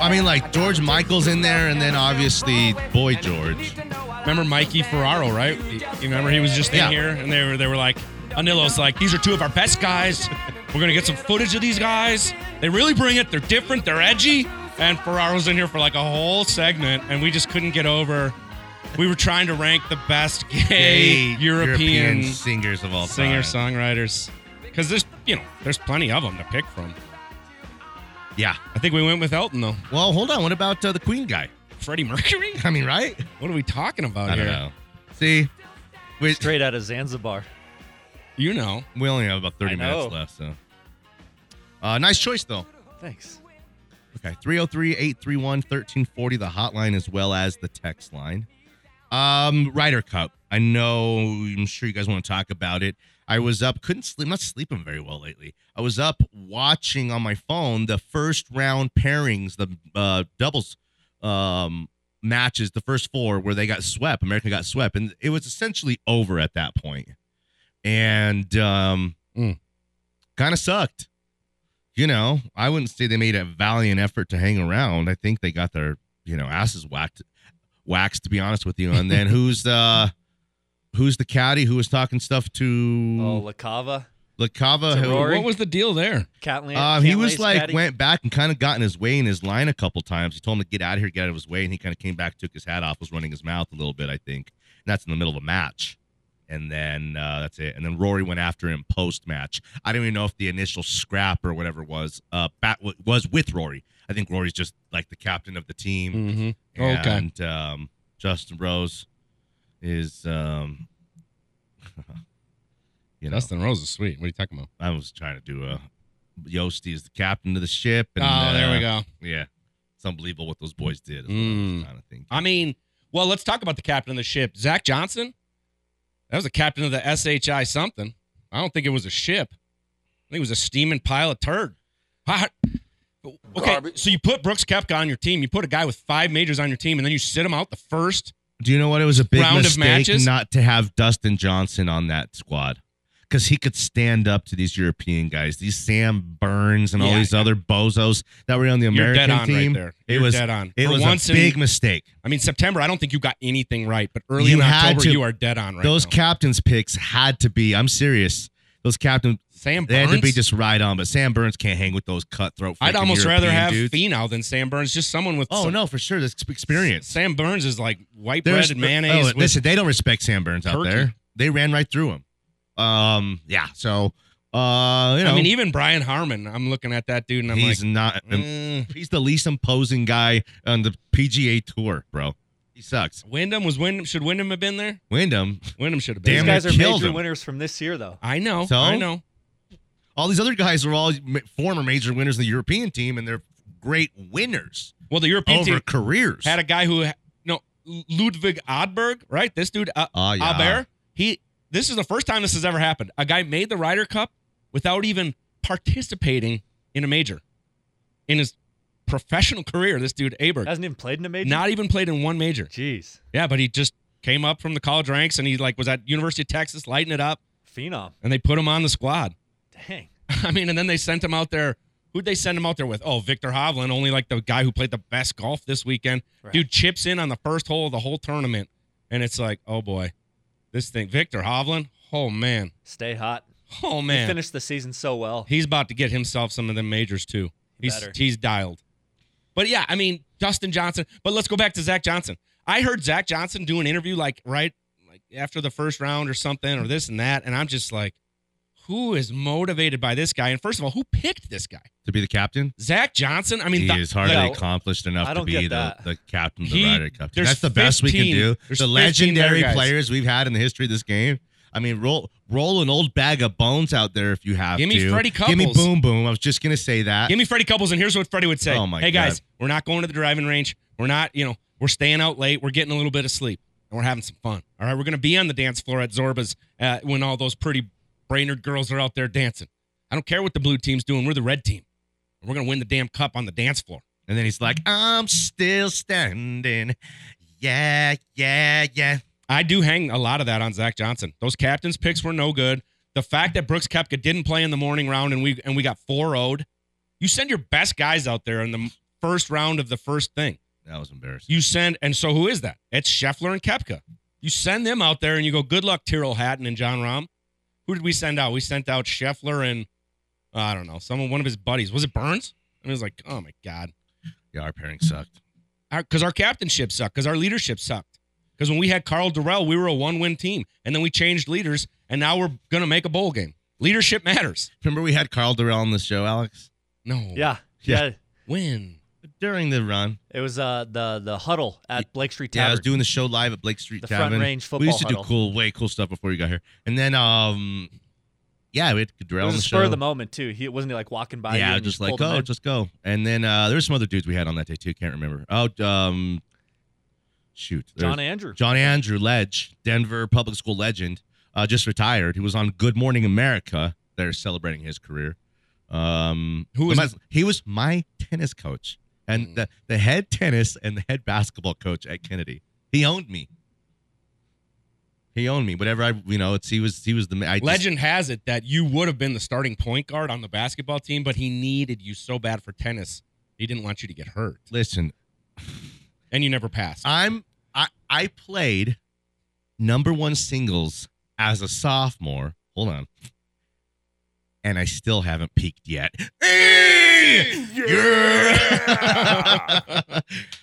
Speaker 2: I mean, like George Michael's in there, and then obviously Boy George.
Speaker 3: Remember Mikey Ferraro, right? You you remember he was just
Speaker 2: Yeah.
Speaker 3: in here, and they were they were like, Anillo's like, these are two of our best guys. We're gonna get some footage of these guys. They really bring it. They're different. They're edgy. And Ferraro's in here for like a whole segment, and we just couldn't get over. We were trying to rank the best gay, European,
Speaker 2: singers of all
Speaker 3: singer
Speaker 2: time.
Speaker 3: songwriters, because there's you know there's plenty of them to pick from.
Speaker 2: Yeah.
Speaker 3: I think we went with Elton though.
Speaker 2: Well, hold on. What about uh, the Queen guy?
Speaker 3: Freddie Mercury.
Speaker 2: I mean, right?
Speaker 3: What are we talking about
Speaker 2: I
Speaker 3: here?
Speaker 2: don't know. See, we,
Speaker 7: Oh, Straight out of Zanzibar.
Speaker 3: You know.
Speaker 2: we only have about 30
Speaker 7: I
Speaker 2: minutes
Speaker 7: know.
Speaker 2: left, so. Uh, nice choice, though.
Speaker 7: Thanks.
Speaker 2: Okay, 303 831 1340, the hotline as well as the text line. Um, Ryder Cup. I know, I'm sure you guys want to talk about it. I was up, couldn't sleep, not sleeping very well lately. I was up watching on my phone the first round pairings, the uh, doubles um, matches, the first four where they got swept. America got swept, and it was essentially over at that point. And um,
Speaker 3: Mm.
Speaker 2: kind of sucked you know, I wouldn't say they made a valiant effort to hang around. I think they got their, you know, asses whacked, waxed to be honest with you. And then who's the, who's the caddy who was talking stuff to
Speaker 7: Oh, La Cava.
Speaker 2: Lacava?
Speaker 7: to Rory?
Speaker 3: What was the deal there?
Speaker 7: Catlan-
Speaker 2: Uh, he
Speaker 7: Cantley's
Speaker 2: was like
Speaker 7: caddy.
Speaker 2: went back and kind of got in his way in his line a couple times. He told him to get out of here, get out of his way, and he kind of came back, took his hat off, was running his mouth a little bit, I think. And that's in the middle of a match, and then uh, that's it. And then Rory went after him post match. I don't even know if the initial scrap or whatever it was uh bat w- was with Rory. I think Rory's just like the captain of the team.
Speaker 3: Mm-hmm. Okay.
Speaker 2: And um, Justin Rose is, um, you know,
Speaker 3: Dustin Rose is sweet. What are you talking about?
Speaker 2: I was trying to do a Yosti is the captain of the ship. And,
Speaker 3: Oh, there
Speaker 2: uh,
Speaker 3: we go.
Speaker 2: Yeah, it's unbelievable what those boys did.
Speaker 3: Mm.
Speaker 2: Kind of thing.
Speaker 3: I mean, well, let's talk about the captain of the ship, Zach Johnson. That was the captain of the SHI something. I don't think it was a ship. I think it was a steaming pile of turd. I- Okay, so you put Brooks Kepka on your team. You put a guy with five majors on your team, and then you sit him out the first.
Speaker 2: Do you know what? It was a big
Speaker 3: Round of
Speaker 2: mistake
Speaker 3: matches?
Speaker 2: not to have Dustin Johnson on that squad because he could stand up to these European guys, these Sam Burns and all
Speaker 3: Yeah,
Speaker 2: these other bozos that were on the
Speaker 3: You're
Speaker 2: American
Speaker 3: dead on
Speaker 2: team.
Speaker 3: right there.
Speaker 2: It
Speaker 3: You're
Speaker 2: was
Speaker 3: dead on.
Speaker 2: it
Speaker 3: For
Speaker 2: was
Speaker 3: once
Speaker 2: a big
Speaker 3: in,
Speaker 2: mistake.
Speaker 3: I mean, September. I don't think you got anything right, but early
Speaker 2: You
Speaker 3: in
Speaker 2: had
Speaker 3: October,
Speaker 2: to-
Speaker 3: you are dead on right.
Speaker 2: Those
Speaker 3: now.
Speaker 2: captains picks had to be. I'm serious. Those captain
Speaker 3: Sam
Speaker 2: they had
Speaker 3: Burns.
Speaker 2: to be just right on, but Sam Burns can't hang with those cutthroat.
Speaker 3: I'd
Speaker 2: freaking
Speaker 3: almost rather
Speaker 2: European
Speaker 3: have
Speaker 2: dudes.
Speaker 3: Finau than Sam Burns. Just someone with
Speaker 2: Oh
Speaker 3: some
Speaker 2: no, for sure. This experience.
Speaker 3: Sam Burns is like white
Speaker 2: There's-
Speaker 3: bread and mayonnaise.
Speaker 2: oh,
Speaker 3: with,
Speaker 2: listen, they don't respect Sam Burns out
Speaker 3: Turkey.
Speaker 2: there. They ran right through him. Um, yeah. So, uh, you know,
Speaker 3: I mean, even Brian Harmon. I'm looking at that dude and I'm
Speaker 2: he's not.
Speaker 3: like, mm.
Speaker 2: he's the least imposing guy on the PGA tour, bro. He sucks.
Speaker 3: Wyndham was Wyndham. Should Wyndham have been there?
Speaker 2: Wyndham.
Speaker 3: Wyndham should have been.
Speaker 7: These
Speaker 2: Damn
Speaker 3: there.
Speaker 7: guys
Speaker 2: near
Speaker 7: are
Speaker 2: killed
Speaker 7: major
Speaker 2: him.
Speaker 7: winners from this year, though.
Speaker 3: I know.
Speaker 2: So?
Speaker 3: I know.
Speaker 2: All these other guys are all ma- former major winners in the European team, and they're great winners
Speaker 3: Well, the European
Speaker 2: over
Speaker 3: team
Speaker 2: careers.
Speaker 3: had a guy who no Ludwig Odberg, right? This dude, uh,
Speaker 2: Ah, yeah.
Speaker 3: Aubert, He. This is the first time this has ever happened. A guy made the Ryder Cup without even participating in a major in his professional career. This dude Aberg,
Speaker 7: Hasn't even played in a major.
Speaker 3: not even played in one major.
Speaker 7: Jeez,
Speaker 3: Yeah, but he just came up from the college ranks and he like was at University of Texas lighting it up
Speaker 7: phenom.
Speaker 3: and they put him on the squad.
Speaker 7: Dang.
Speaker 3: I mean, and then they sent him out there. Who'd they send him out there with? Oh, Victor Hovland, only like the guy who played the best golf this weekend.
Speaker 7: Right.
Speaker 3: Dude chips in on the first hole of the whole tournament. And it's like, oh boy, this thing. Victor Hovland, oh man.
Speaker 7: Stay hot.
Speaker 3: Oh
Speaker 7: He
Speaker 3: man.
Speaker 7: finished the season so well.
Speaker 3: He's about to get himself some of them majors too. He's
Speaker 7: better.
Speaker 3: he's dialed. But yeah, I mean Dustin Johnson. But let's go back to Zach Johnson. I heard Zach Johnson do an interview like right like after the first round or something or this and that, and I'm just like, who is motivated by this guy? And first of all, who picked this guy?
Speaker 2: to be the captain.
Speaker 3: Zach Johnson. I mean,
Speaker 2: he
Speaker 3: the-
Speaker 2: is hardly
Speaker 7: no,
Speaker 2: accomplished enough
Speaker 7: I
Speaker 2: to
Speaker 7: don't
Speaker 2: be
Speaker 7: get
Speaker 2: the,
Speaker 7: that.
Speaker 2: the captain of the
Speaker 3: He-
Speaker 2: Ryder Cup.
Speaker 3: there's
Speaker 2: That's the best we can
Speaker 3: 15
Speaker 2: do.
Speaker 3: there's
Speaker 2: The
Speaker 3: 15 better
Speaker 2: legendary
Speaker 3: guys.
Speaker 2: players we've had in the history of this game. I mean, roll roll an old bag of bones out there if you have
Speaker 3: Gimme
Speaker 2: to.
Speaker 3: Freddie
Speaker 2: Give me
Speaker 3: Couples.
Speaker 2: Boom Boom. I was just gonna say that.
Speaker 3: give me Freddie Couples, and here's what Freddie would say.
Speaker 2: Oh, my
Speaker 3: hey guys,
Speaker 2: God.
Speaker 3: we're not going to the driving range. We're not, you know, we're staying out late. We're getting a little bit of sleep, and we're having some fun. All right, we're gonna be on the dance floor at Zorba's uh, when all those pretty Brainerd girls are out there dancing. I don't care what the blue team's doing. We're the red team. And We're gonna win the damn cup on the dance floor.
Speaker 2: and then he's like, "I'm still standing." Yeah, yeah, yeah.
Speaker 3: I do hang a lot of that on Zach Johnson. Those captain's picks were no good. The fact that Brooks Kepka didn't play in the morning round and we and we got 4-0'd. You send your best guys out there in the first round of the first thing.
Speaker 2: That was embarrassing.
Speaker 3: You send and so who is that? It's Scheffler and Kepka. You send them out there and you go, good luck, Tyrrell Hatton and John Rahm. Who did we send out? We sent out Scheffler and uh, I don't know, someone one of his buddies. Was it Burns? And it was like, oh my God.
Speaker 2: Yeah, our pairing sucked.
Speaker 3: Because our, captainship sucked, because our leadership sucked. Because when we had Carl Durrell, we were a one win team. And then we changed leaders, and now we're going to make a bowl game. Leadership matters.
Speaker 2: Remember we had Carl Durrell on the show, Alex?
Speaker 3: No.
Speaker 7: Yeah,
Speaker 2: Yeah.
Speaker 7: yeah.
Speaker 3: When?
Speaker 2: During the run.
Speaker 7: It was uh the the huddle at Blake Street
Speaker 2: Yeah, I
Speaker 7: Tavern.
Speaker 2: was doing the show live at Blake Street
Speaker 7: The front
Speaker 2: Tavern.
Speaker 7: range
Speaker 2: We used
Speaker 7: football
Speaker 2: to do
Speaker 7: huddle.
Speaker 2: cool, way cool stuff before you got here. And then, um, yeah, we had
Speaker 7: it
Speaker 2: Durrell
Speaker 7: was
Speaker 2: on
Speaker 7: a
Speaker 2: the
Speaker 7: spur
Speaker 2: show.
Speaker 7: of the moment too. He wasn't he like walking by. you
Speaker 2: yeah,
Speaker 7: and
Speaker 2: I
Speaker 7: you
Speaker 2: was just like,
Speaker 7: pulled him
Speaker 2: oh,
Speaker 7: in?
Speaker 2: just go. And then uh, there were some other dudes we had on that day too. Can't remember. Oh, um, shoot, There was-
Speaker 7: John Andrew.
Speaker 2: John Andrew Ledge, Denver public school legend, uh, just retired. He was on Good Morning America. They're celebrating his career. Um,
Speaker 3: Who was- Hmm.
Speaker 2: my- he was my tennis coach and the, the head tennis and the head basketball coach at Kennedy. He owned me. He owned me. Whatever I, you know, it's he was he was the I just-
Speaker 3: Legend has it that you would have been the starting point guard on the basketball team, but he needed you so bad for tennis. He didn't want you to get hurt.
Speaker 2: listen,
Speaker 3: And you never passed.
Speaker 2: I'm I I played number one singles as a sophomore. Hold on. And I still haven't peaked yet. Yeah.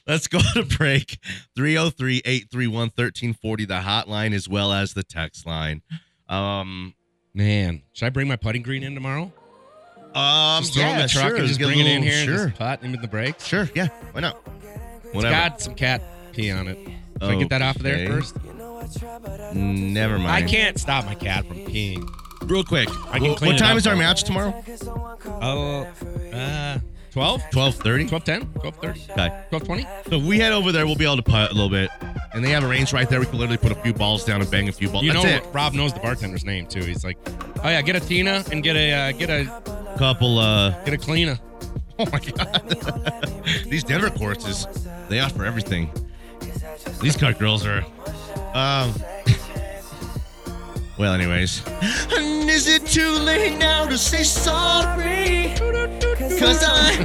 Speaker 2: Let's go to break. 303 831 1340, the hotline as well as the text line. Um,
Speaker 3: Man, should I bring my putting green in tomorrow?
Speaker 2: um
Speaker 3: just throw it in
Speaker 2: yeah,
Speaker 3: the truck
Speaker 2: sure,
Speaker 3: and just
Speaker 2: get a
Speaker 3: bring it in
Speaker 2: little-
Speaker 3: here
Speaker 2: Sure,
Speaker 3: and just putt him in the breaks.
Speaker 2: sure, yeah. Why not? Whatever.
Speaker 3: It's got some cat pee on it. Should I get that off of there
Speaker 2: Okay.
Speaker 3: first?
Speaker 2: Never
Speaker 3: I
Speaker 2: mind.
Speaker 3: can't stop my cat from peeing.
Speaker 2: Real quick.
Speaker 3: can
Speaker 2: wh-
Speaker 3: clean
Speaker 2: what
Speaker 3: it
Speaker 2: time
Speaker 3: up,
Speaker 2: is our
Speaker 3: though.
Speaker 2: match tomorrow?
Speaker 3: Oh, uh, 12?
Speaker 2: 1230?
Speaker 3: 1210? 1230?
Speaker 2: Okay.
Speaker 3: 1220?
Speaker 2: So if we head over there, we'll be able to putt a little bit. And they have a range right there. We can literally put a few balls down and bang a few balls.
Speaker 3: You
Speaker 2: That's
Speaker 3: know,
Speaker 2: it.
Speaker 3: Rob knows the bartender's name too. He's like, oh yeah, get a Tina and get a uh, get a
Speaker 2: Couple, uh,
Speaker 3: get a Kleena.
Speaker 2: oh my God. These Denver courses, they offer everything. These cut girls are, um, well, anyways. And is it too late now to say sorry? Because I.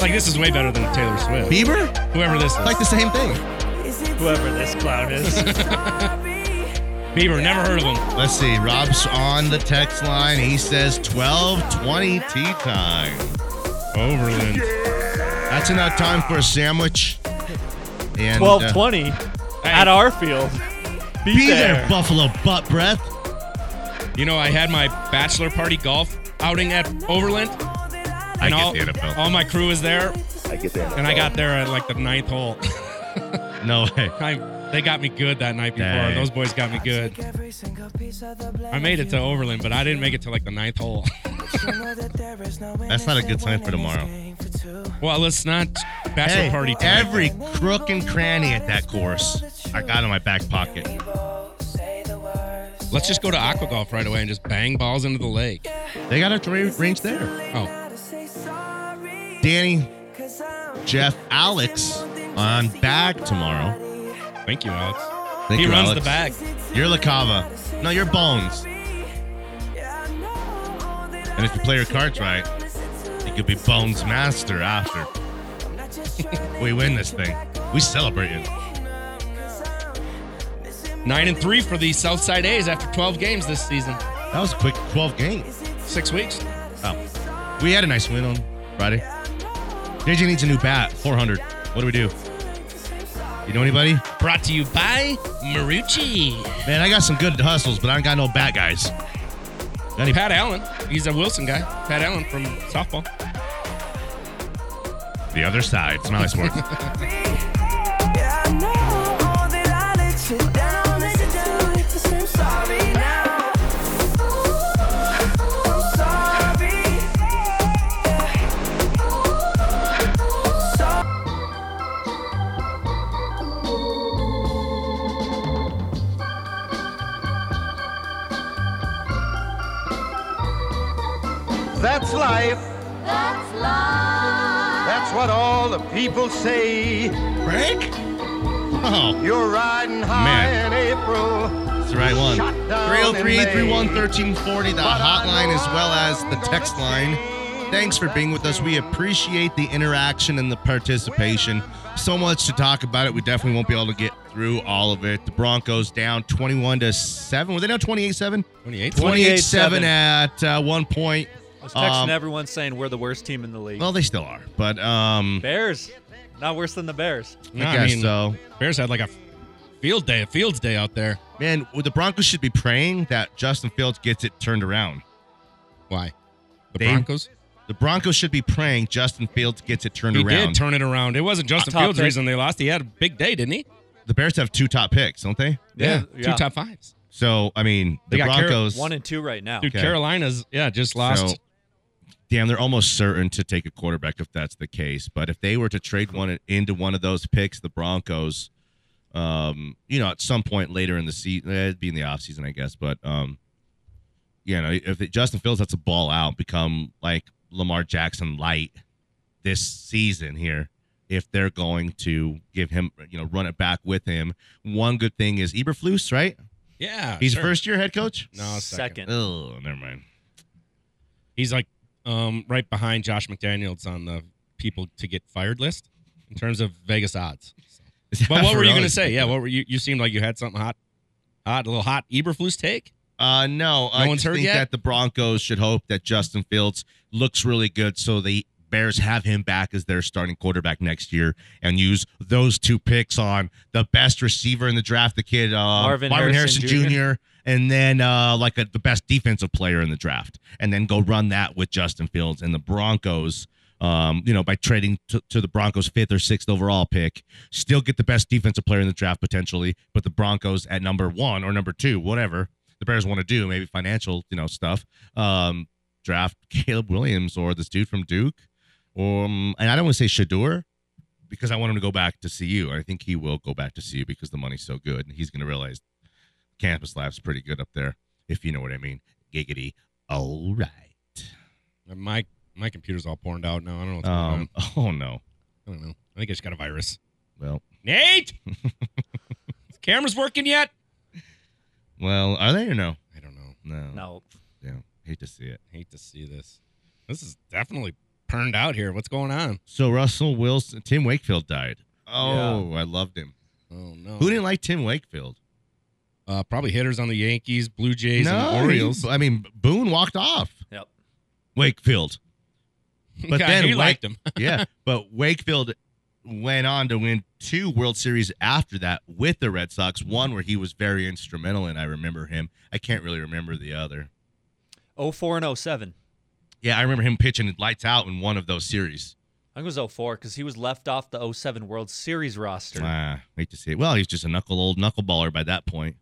Speaker 3: Like this is way better than Taylor Swift.
Speaker 2: Bieber?
Speaker 3: Whoever this is,
Speaker 2: It's like the same thing.
Speaker 7: Whoever this clown is.
Speaker 3: Bieber, never heard of him.
Speaker 2: Let's see. Rob's on the text line. He says 1220 tea time.
Speaker 3: Overland.
Speaker 2: That's enough time for a sandwich. And,
Speaker 7: Twelve
Speaker 2: uh,
Speaker 7: twenty at our field. Be,
Speaker 2: be there. Buffalo butt breath.
Speaker 3: You know, I had my bachelor party golf outing at Overland, and all, all my crew was there,
Speaker 5: I get that.
Speaker 3: and I got there at like the ninth hole.
Speaker 2: No way.
Speaker 3: I, they got me good that night before.
Speaker 2: Dang.
Speaker 3: Those boys got me good. I made it to Overland, but I didn't make it to like the ninth hole.
Speaker 2: That's not a good sign for tomorrow.
Speaker 3: well, let's not bachelor
Speaker 2: Hey,
Speaker 3: party. tonight.
Speaker 2: every crook and cranny at that course, I got in my back pocket.
Speaker 3: Let's just go to aqua golf right away and just bang balls into the lake.
Speaker 2: They got a ra- range there.
Speaker 3: Oh,
Speaker 2: Danny, Jeff, Alex on bag tomorrow.
Speaker 3: thank you, Alex.
Speaker 2: Thank
Speaker 3: he
Speaker 2: you,
Speaker 3: runs
Speaker 2: Alex.
Speaker 3: the bag.
Speaker 2: You're LaCava. No, you're Bones. And if you play your cards right, you could be Bones Master after. we win this thing. We celebrate it.
Speaker 3: Nine and three for the Southside A's after 12 games this season.
Speaker 2: That was a quick 12 games.
Speaker 3: Six weeks.
Speaker 2: Oh. We had a nice win on Friday. JJ needs a new bat, 400. What do we do? You know anybody?
Speaker 3: Brought to you by Marucci.
Speaker 2: Man, I got some good hustles, but I ain't got no bat guys. Got any-
Speaker 3: Pat Allen. He's a Wilson guy. Pat Allen from softball.
Speaker 2: The other side. Smiley Sports.
Speaker 6: That's life. That's life. That's what all the people say.
Speaker 2: Break? Oh,
Speaker 9: You're riding high
Speaker 2: Man.
Speaker 9: in April.
Speaker 2: it's the right one.
Speaker 9: Shut down
Speaker 2: 303 31
Speaker 9: in May.
Speaker 2: 1340, the
Speaker 9: But I
Speaker 2: hotline
Speaker 9: know
Speaker 2: as well as
Speaker 9: I'm
Speaker 2: the
Speaker 9: gonna
Speaker 2: text line.
Speaker 9: change
Speaker 2: Thanks for being with us. We appreciate the interaction and the participation. So much to talk about it. We definitely won't be able to get through all of it. The Broncos down 21 to 7. Were they down 28 7?
Speaker 3: 28.
Speaker 2: 28 7
Speaker 7: 28-7.
Speaker 2: at uh, one point.
Speaker 7: I was texting
Speaker 2: Um,
Speaker 7: everyone saying we're the worst team in the league.
Speaker 2: Well, they still are, but um,
Speaker 7: Bears, not worse than the Bears.
Speaker 2: I
Speaker 3: No, I
Speaker 2: guess
Speaker 3: mean-
Speaker 2: so.
Speaker 3: Bears had like a field day, a fields day out there.
Speaker 2: Man, well, the Broncos should be praying that Justin Fields gets it turned around.
Speaker 3: Why? The
Speaker 2: They
Speaker 3: Broncos?
Speaker 2: The Broncos should be praying Justin Fields gets it turned
Speaker 3: He
Speaker 2: around.
Speaker 3: did turn it around. It wasn't Justin
Speaker 7: Top
Speaker 3: Fields'
Speaker 7: pick.
Speaker 3: reason they lost. He had a big day, didn't he?
Speaker 2: the Bears have two top picks, don't they?
Speaker 7: Yeah, yeah.
Speaker 3: Two top fives.
Speaker 2: So I mean,
Speaker 3: They
Speaker 2: the
Speaker 3: got Car-
Speaker 2: Broncos.
Speaker 7: One and two right now.
Speaker 3: Dude,
Speaker 2: Okay.
Speaker 3: Carolina's, yeah, just
Speaker 2: so,
Speaker 3: lost.
Speaker 2: damn, they're almost certain to take a quarterback if that's the case. But if they were to trade one into one of those picks, the Broncos, um, you know, at some point later in the season, eh, it'd be in the offseason, I guess. But um, you know, if it, Justin Fields has to ball out, become like Lamar Jackson light this season here. If they're going to give him, you know, run it back with him. One good thing is Eberflus, right?
Speaker 3: yeah.
Speaker 2: He's
Speaker 3: sure.
Speaker 2: first year head coach.
Speaker 3: No, second.
Speaker 7: second.
Speaker 2: Oh, never mind.
Speaker 3: He's like um, right behind Josh McDaniels on the people to get fired list in terms of Vegas odds. But what were you going to say? Yeah, what were you? You seemed like you had something hot, hot, a little hot Eberflus take.
Speaker 2: Uh, no, I
Speaker 3: one's
Speaker 2: just
Speaker 3: heard
Speaker 2: think
Speaker 3: yet?
Speaker 2: that the Broncos should hope that Justin Fields looks really good, so the Bears have him back as their starting quarterback next year, and use those two picks on the best receiver in the draft, the kid uh,
Speaker 7: Marvin Harrison
Speaker 2: Jr. and then uh, like a, the best defensive player in the draft, and then go run that with Justin Fields and the Broncos. Um, you know, by trading to, to the Broncos' fifth or sixth overall pick, still get the best defensive player in the draft potentially, but the Broncos at number one or number two, whatever the Bears want to do, maybe financial, you know, stuff. Um, draft Caleb Williams or this dude from Duke, or um, and I don't want to say Shadur because I want him to go back to CU. I think he will go back to CU because the money's so good, and he's going to realize campus life's pretty good up there, if you know what I mean. Giggity. All right.
Speaker 3: Uh, My my computer's all porned out now. I don't know. What's going on.
Speaker 2: Um. Oh no.
Speaker 3: I don't know. I think I just got a virus.
Speaker 2: Well.
Speaker 3: Nate, Is camera's working yet?
Speaker 2: Well. Are they or no?
Speaker 3: I don't know.
Speaker 2: No.
Speaker 7: No,
Speaker 2: Yeah. Hate to see it.
Speaker 3: Hate to see this. This is definitely purned out here. What's going on?
Speaker 2: So Russell Wilson, Tim Wakefield died. Oh, I loved him.
Speaker 3: Oh no.
Speaker 2: Who didn't like Tim Wakefield?
Speaker 3: Uh, probably hitters on the Yankees, Blue Jays, and
Speaker 2: he-
Speaker 3: Orioles.
Speaker 2: I mean, Boone walked off.
Speaker 7: Yep.
Speaker 2: Wakefield. But
Speaker 3: God,
Speaker 2: then
Speaker 3: he
Speaker 2: Wake-
Speaker 3: liked him.
Speaker 2: Yeah. but Wakefield went on to win two World Series after that with the Red Sox, one where he was very instrumental and I remember him. I can't really remember the other.
Speaker 7: 04 and 07.
Speaker 2: Yeah, I remember him pitching lights out in one of those series.
Speaker 7: I think it was 04 because he was left off the 07 World Series roster.
Speaker 2: Ah, hate to see it. Well, he's just a knuckle old knuckleballer by that point.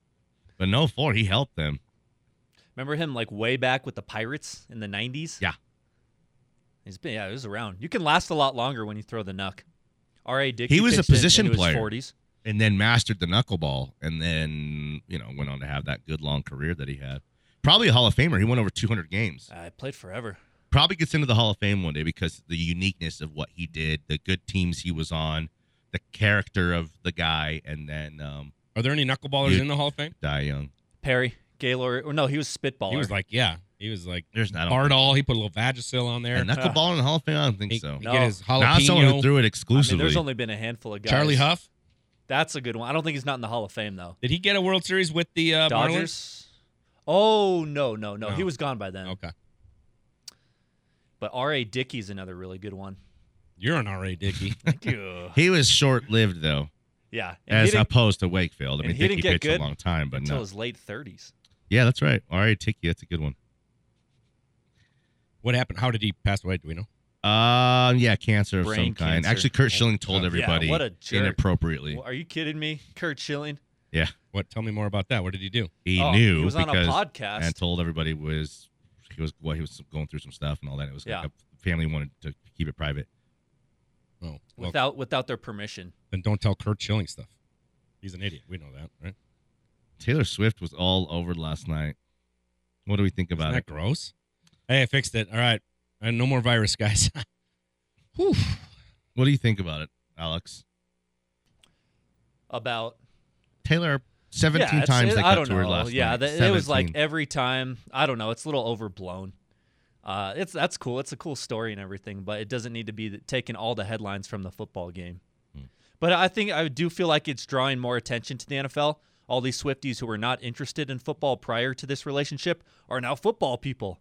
Speaker 2: But no four, he helped them.
Speaker 7: Remember him like way back with the Pirates in the 90s?
Speaker 2: Yeah.
Speaker 7: He's been, yeah, he was around. You can last a lot longer when you throw the knuck. R.A. Dickey
Speaker 2: He was a
Speaker 7: pitched in-
Speaker 2: position
Speaker 7: into his
Speaker 2: player.
Speaker 7: 40s.
Speaker 2: and then mastered the knuckleball and then you know went on to have that good long career that he had probably a hall of famer he won over 200 games
Speaker 7: I Uh, played forever.
Speaker 2: probably gets into the hall of fame one day because the uniqueness of what he did the good teams he was on the character of the guy and then um,
Speaker 3: Are there any knuckleballers
Speaker 2: You-
Speaker 3: in the Hall of Fame?
Speaker 2: die young
Speaker 7: Perry, Gaylord, or no, he was spitballer.
Speaker 3: He was like, yeah, he was like
Speaker 2: there's not
Speaker 3: Bardall. He put a little Vagisil on
Speaker 2: a
Speaker 3: there.
Speaker 2: knuckleball in the hall of fame i don't think
Speaker 3: He,
Speaker 2: so
Speaker 3: he
Speaker 7: No.
Speaker 3: get his
Speaker 2: not someone who
Speaker 3: jalapeno.
Speaker 2: threw it
Speaker 7: I
Speaker 2: exclusively
Speaker 7: mean, there's only been a handful of guys.
Speaker 3: Charlie Huff.
Speaker 7: That's a good one. I don't think he's not in the Hall of Fame, though.
Speaker 3: Did he get a World Series with the uh, Marlins?
Speaker 7: Dodgers? Oh, no, no, no. He
Speaker 3: No.
Speaker 7: was gone by then.
Speaker 3: Okay,
Speaker 7: But R.A. Dickey's another really good one.
Speaker 3: you're an RA Dickey.
Speaker 7: Thank you.
Speaker 2: he was short-lived though
Speaker 7: yeah. And he
Speaker 2: as
Speaker 7: didn't-
Speaker 2: opposed to wakefield i
Speaker 7: and
Speaker 2: mean
Speaker 7: he
Speaker 2: Dickey
Speaker 7: didn't get
Speaker 2: pitched a
Speaker 7: good
Speaker 2: long time but
Speaker 7: until
Speaker 2: no
Speaker 7: his late 30s.
Speaker 2: yeah that's right all right tiki that's a good one
Speaker 3: what happened? How did he pass away? Do we know?
Speaker 2: Um, yeah, cancer of
Speaker 7: Brain
Speaker 2: some kind.
Speaker 7: cancer. Oh,
Speaker 2: Actually, Kurt Schilling told
Speaker 3: Yeah,
Speaker 2: everybody
Speaker 7: what a jerk.
Speaker 2: inappropriately.
Speaker 7: Well, are you kidding me? Kurt Schilling.
Speaker 2: Yeah,
Speaker 3: What? Tell me more about that. What did he do?
Speaker 2: he
Speaker 7: Oh,
Speaker 2: knew
Speaker 7: He was on
Speaker 2: because
Speaker 7: a podcast.
Speaker 2: and told everybody was he was well, he was going through some stuff and all that. It was like
Speaker 7: Yeah.
Speaker 2: a family wanted to keep it private.
Speaker 3: Oh, well,
Speaker 7: without without their permission.
Speaker 3: then don't tell Kurt Schilling stuff. He's an idiot. We know that, right?
Speaker 2: Taylor Swift was all over last night. What do we think
Speaker 3: Isn't
Speaker 2: about
Speaker 3: that
Speaker 2: it?
Speaker 3: gross? Hey, I fixed it. All right, Uh, no more virus, guys. Whew.
Speaker 2: What do you think about it, Alex?
Speaker 7: about
Speaker 2: Taylor 17
Speaker 7: yeah, it's-
Speaker 2: times
Speaker 7: it-
Speaker 2: they
Speaker 7: I
Speaker 2: cut
Speaker 7: don't
Speaker 2: to
Speaker 7: know.
Speaker 2: her last
Speaker 7: yeah,
Speaker 2: night.
Speaker 7: that- it was like
Speaker 2: 17.
Speaker 7: every time. I don't know. It's a little overblown. Uh, it's that's cool. It's a cool story and everything, but it doesn't need to be th- taking all the headlines from the football game.
Speaker 2: Hmm.
Speaker 7: But I think I do feel like it's drawing more attention to the NFL. All these Swifties who were not interested in football prior to this relationship are now football people.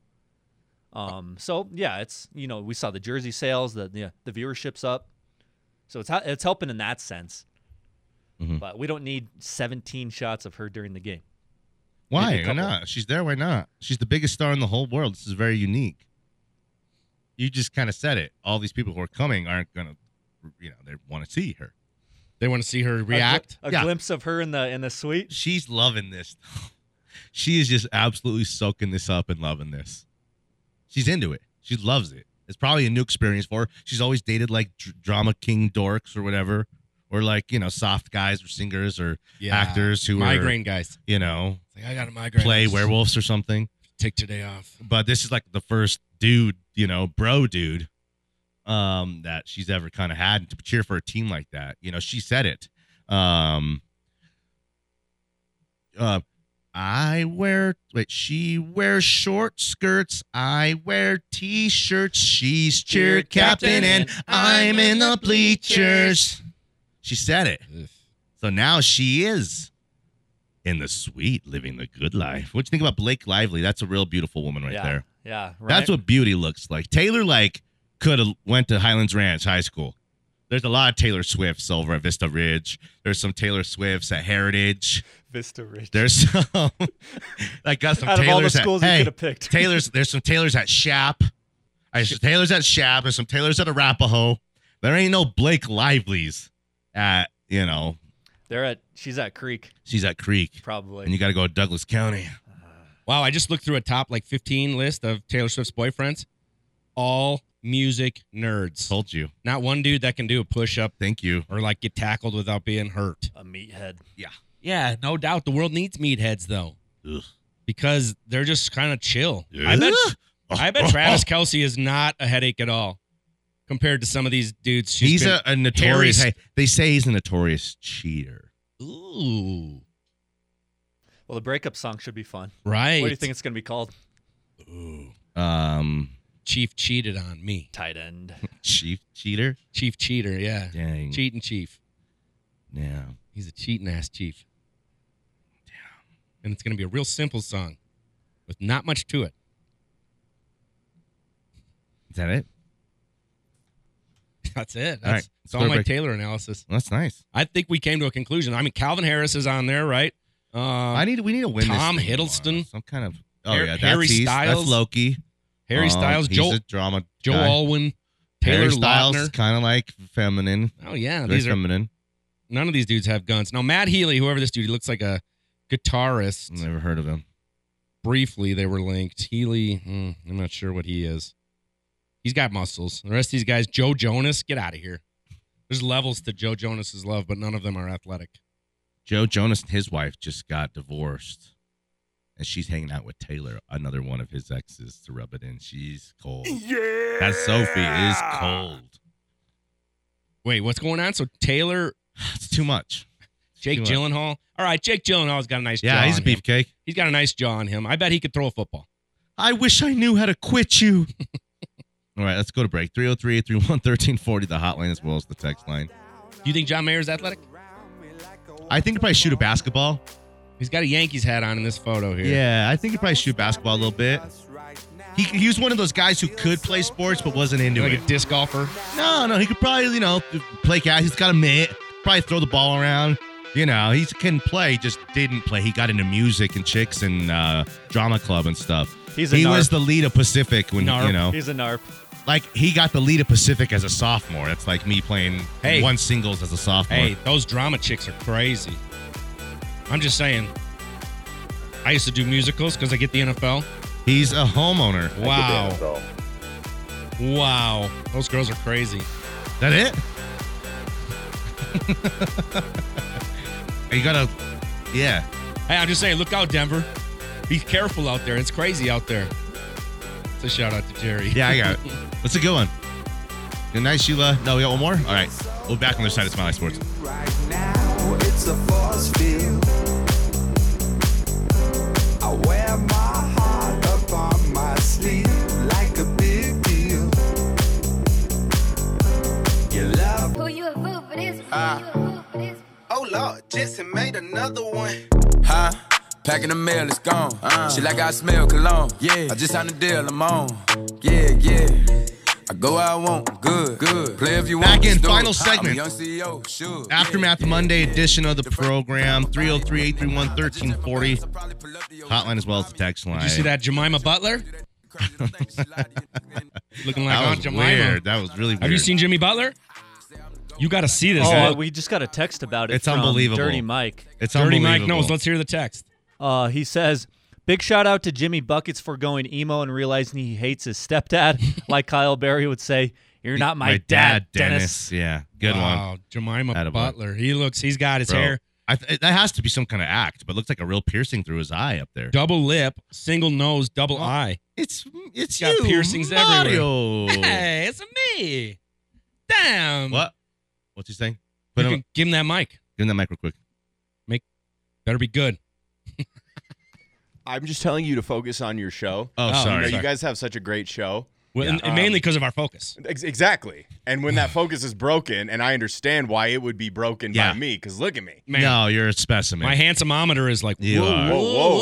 Speaker 7: Um, so yeah, it's you know we saw the jersey sales, the the, the viewership's up, so it's hel- it's helping in that sense.
Speaker 2: Hmm.
Speaker 7: But we don't need 17 shots of her during the game.
Speaker 2: Why?
Speaker 7: Maybe a
Speaker 2: Why
Speaker 7: couple.
Speaker 2: not? She's there. Why not? She's the biggest star in the whole world. This is very unique. You just kind of said it. All these people who are coming aren't gonna, you know, they want to see her.
Speaker 3: They want to see her
Speaker 7: A gl-
Speaker 3: react.
Speaker 7: A,
Speaker 2: Yeah.
Speaker 7: glimpse of her in the in the suite.
Speaker 2: She's loving this. she is just absolutely soaking this up and loving this. She's into it. She loves it. It's probably a new experience for her. She's always dated like dr- drama king dorks or whatever, or like you know soft guys or singers or actors who
Speaker 3: migraine
Speaker 2: are
Speaker 3: guys.
Speaker 2: you know
Speaker 3: It's like I got a migraine.
Speaker 2: play
Speaker 3: Let's
Speaker 2: werewolves or something.
Speaker 3: Take today off.
Speaker 2: but this is like the first dude, you know, bro dude, um, that she's ever kind of had to cheer for a team like that. You know, she said it. Um, uh, I wear wait, she wears short skirts. I wear t-shirts. She's cheer captain, and I'm in the bleachers. She said it.
Speaker 3: Ugh.
Speaker 2: So now she is in the suite, living the good life. What do you think about Blake Lively? That's a real beautiful woman right
Speaker 7: yeah.
Speaker 2: there.
Speaker 7: Yeah. Right.
Speaker 2: That's what beauty looks like. Taylor like could have went to Highlands Ranch High School. There's a lot of Taylor Swifts over at Vista Ridge. There's some Taylor Swifts at Heritage.
Speaker 7: Vista Ridge.
Speaker 2: There's some I got some
Speaker 7: Out of all the
Speaker 2: Taylors
Speaker 7: schools you
Speaker 2: at, hey,
Speaker 7: could have picked.
Speaker 2: Taylors there's some Taylors at Shap. There's some Taylors at Shap. There's some Taylors at Arapahoe. There ain't no Blake Lively's at you know
Speaker 7: They're at she's at Creek
Speaker 2: she's at Creek.
Speaker 7: probably.
Speaker 2: And you got to go to Douglas County.
Speaker 3: Wow, I just looked through a top like 15 list of Taylor Swift's boyfriends. All music nerds.
Speaker 2: Told you.
Speaker 3: Not one dude that can do a push up
Speaker 2: Thank you.
Speaker 3: or like get tackled without being hurt.
Speaker 7: a meathead.
Speaker 3: Yeah, no doubt. The world needs meatheads though,
Speaker 2: Ugh.
Speaker 3: because they're just kind of chill. I bet. I bet Travis Kelsey is not a headache at all compared to some of these dudes. who's
Speaker 2: he's
Speaker 3: been-
Speaker 2: a, a notorious.
Speaker 3: harassed.
Speaker 2: hey, they say he's a notorious cheater.
Speaker 3: ooh
Speaker 7: Well, the breakup song should be fun.
Speaker 3: right.
Speaker 7: What do you think it's gonna be called?
Speaker 2: Um,
Speaker 3: Chief cheated on me.
Speaker 7: Tight end.
Speaker 2: chief cheater.
Speaker 3: Chief cheater. Yeah,
Speaker 2: Dang.
Speaker 3: cheating chief.
Speaker 2: Yeah.
Speaker 3: He's a cheating ass chief. Damn. And it's gonna be a real simple song, with not much to it.
Speaker 2: Is that it?
Speaker 3: That's it. That's,
Speaker 2: All right,
Speaker 3: It's all
Speaker 2: go
Speaker 3: my
Speaker 2: break.
Speaker 3: Taylor analysis.
Speaker 2: Well, that's nice.
Speaker 3: I think we came to a conclusion. I mean, Calvin Harris is on there, right? Um,
Speaker 2: I need. We need to win. this
Speaker 3: Tom
Speaker 2: thing tomorrow.
Speaker 3: Hiddleston.
Speaker 2: Some kind of. Oh
Speaker 3: Har-
Speaker 2: yeah, that's
Speaker 3: Harry
Speaker 2: he's-
Speaker 3: Styles.
Speaker 2: That's Loki.
Speaker 3: Harry
Speaker 2: Um,
Speaker 3: Styles,
Speaker 2: he's
Speaker 3: Joe,
Speaker 2: a drama.
Speaker 3: Joe
Speaker 2: guy.
Speaker 3: Alwyn, Taylor
Speaker 2: Harry Styles,
Speaker 3: Lautner.
Speaker 2: kind of like feminine.
Speaker 3: Oh yeah,
Speaker 2: Very
Speaker 3: these are
Speaker 2: feminine.
Speaker 3: none of these dudes have guns. Now Matt Healy, whoever this dude, he looks like a guitarist.
Speaker 2: Never heard of him.
Speaker 3: Briefly, they were linked. Healy, hmm, I'm not sure what he is. He's got muscles. The rest of these guys, Joe Jonas, get out of here. There's levels to Joe Jonas's love, but none of them are athletic.
Speaker 2: Joe Jonas and his wife just got divorced. And she's hanging out with Taylor, another one of his exes, to rub it in. She's cold. Yeah. That Sophie is cold.
Speaker 3: Wait, what's going on? So Taylor,
Speaker 2: It's too much.
Speaker 3: Jake
Speaker 2: Too much.
Speaker 3: Gyllenhaal. All right, Jake Gyllenhaal's got a nice jaw.
Speaker 2: Yeah, he's a
Speaker 3: on him.
Speaker 2: beefcake.
Speaker 3: He's got a nice jaw on him. I bet he could throw a football.
Speaker 2: I wish I knew how to quit you. All right, let's go to break. 303 331 1340, the hotline as well as the text line.
Speaker 3: Do you think John Mayer's athletic?
Speaker 2: I think he'd probably shoot a basketball.
Speaker 3: He's got a Yankees hat on in this photo here.
Speaker 2: Yeah, I think he'd probably shoot basketball a little bit. He, he was one of those guys who could play sports but wasn't into
Speaker 3: like
Speaker 2: it.
Speaker 3: a disc golfer.
Speaker 2: No, no, he could probably, you know, play guy. He's got a mitt. Probably throw the ball around. You know, he can play, he just didn't play. He got into music and chicks and uh, drama club and stuff.
Speaker 7: He's a
Speaker 2: he
Speaker 7: narp.
Speaker 2: was the lead of Pacific when,
Speaker 3: Narp.
Speaker 2: you know,
Speaker 7: He's a narp.
Speaker 2: like he got the lead of Pacific as a sophomore. That's like me playing
Speaker 3: Hey.
Speaker 2: one singles as a sophomore.
Speaker 3: Hey, those drama chicks are crazy. I'm just saying. I used to do musicals because I get the NFL.
Speaker 2: He's a homeowner.
Speaker 3: Wow. Wow. Those girls are crazy.
Speaker 2: That it? you gotta, yeah.
Speaker 3: Hey, I'm just saying, look out, Denver. Be careful out there. It's crazy out there. It's a shout out to Jerry.
Speaker 2: Yeah, I got it. That's a good one. Good night, Sheila. No, we got one more? All right. We'll be back on the other side of Smiley Sports.
Speaker 1: Right now, it's
Speaker 10: it's a force field. I wear my heart up on my sleeve like a big deal. You love
Speaker 11: Who you a fool for this?
Speaker 10: Oh Lord, Jensen made another one.
Speaker 12: Huh? Packing the mail, it's gone.
Speaker 2: Uh.
Speaker 12: She like I smell cologne. Yeah. I just signed a deal, I'm on. Yeah, yeah. I go where I want, good, good. Play if you want.
Speaker 2: Back in,
Speaker 12: let's do
Speaker 2: final
Speaker 12: it. I'm
Speaker 2: segment.
Speaker 12: a young CEO, sure.
Speaker 2: Aftermath Monday edition of the program 303 831 1340. Hotline as well as the text line.
Speaker 3: Did you see that Jemima Butler? Looking like
Speaker 2: That
Speaker 3: Aunt
Speaker 2: was
Speaker 3: Jemima.
Speaker 2: weird. That was really
Speaker 3: Have you
Speaker 2: weird.
Speaker 3: seen Jimmy Butler? You got to see this.
Speaker 7: Oh,
Speaker 3: man.
Speaker 7: we just got a text about it.
Speaker 2: It's
Speaker 7: from
Speaker 2: unbelievable.
Speaker 7: Dirty Mike.
Speaker 2: It's
Speaker 3: Dirty Mike
Speaker 2: unbelievable.
Speaker 3: knows. Let's hear the text.
Speaker 7: Uh, he says, "Big shout out to Jimmy Buckets for going emo and realizing he hates his stepdad, like Kyle Barry would say. You're not my, dad, Dennis.
Speaker 2: Yeah, good
Speaker 3: wow,
Speaker 2: one.
Speaker 3: Jemima
Speaker 2: Attaboy.
Speaker 3: Butler. He looks. He's got his
Speaker 2: Bro,
Speaker 3: hair
Speaker 2: I th- that has to be some kind of act, but it looks like a real piercing through his eye up there.
Speaker 3: double lip, single nose, double eye.
Speaker 2: It's it's
Speaker 3: got
Speaker 2: you,
Speaker 3: piercings
Speaker 2: Mario.
Speaker 3: everywhere. Hey, it's me. Damn.
Speaker 2: What? What's he saying?
Speaker 3: You
Speaker 2: Put him,
Speaker 3: can give him that mic.
Speaker 2: give him that mic real quick.
Speaker 3: Better be good.
Speaker 13: I'm just telling you to focus on your show.
Speaker 2: Oh,
Speaker 13: You
Speaker 2: sorry.
Speaker 13: know, You,
Speaker 2: Sorry.
Speaker 13: guys have such a great show.
Speaker 3: Well, and- and
Speaker 13: Um,
Speaker 3: mainly because of our focus.
Speaker 13: ex- exactly. And when that focus is broken, and I understand why it would be broken
Speaker 2: Yeah.
Speaker 13: by me, because look at me.
Speaker 3: Man,
Speaker 2: No, you're a specimen.
Speaker 3: my handsomometer is like
Speaker 2: You
Speaker 3: whoa,
Speaker 2: are.
Speaker 13: Whoa, whoa, whoa,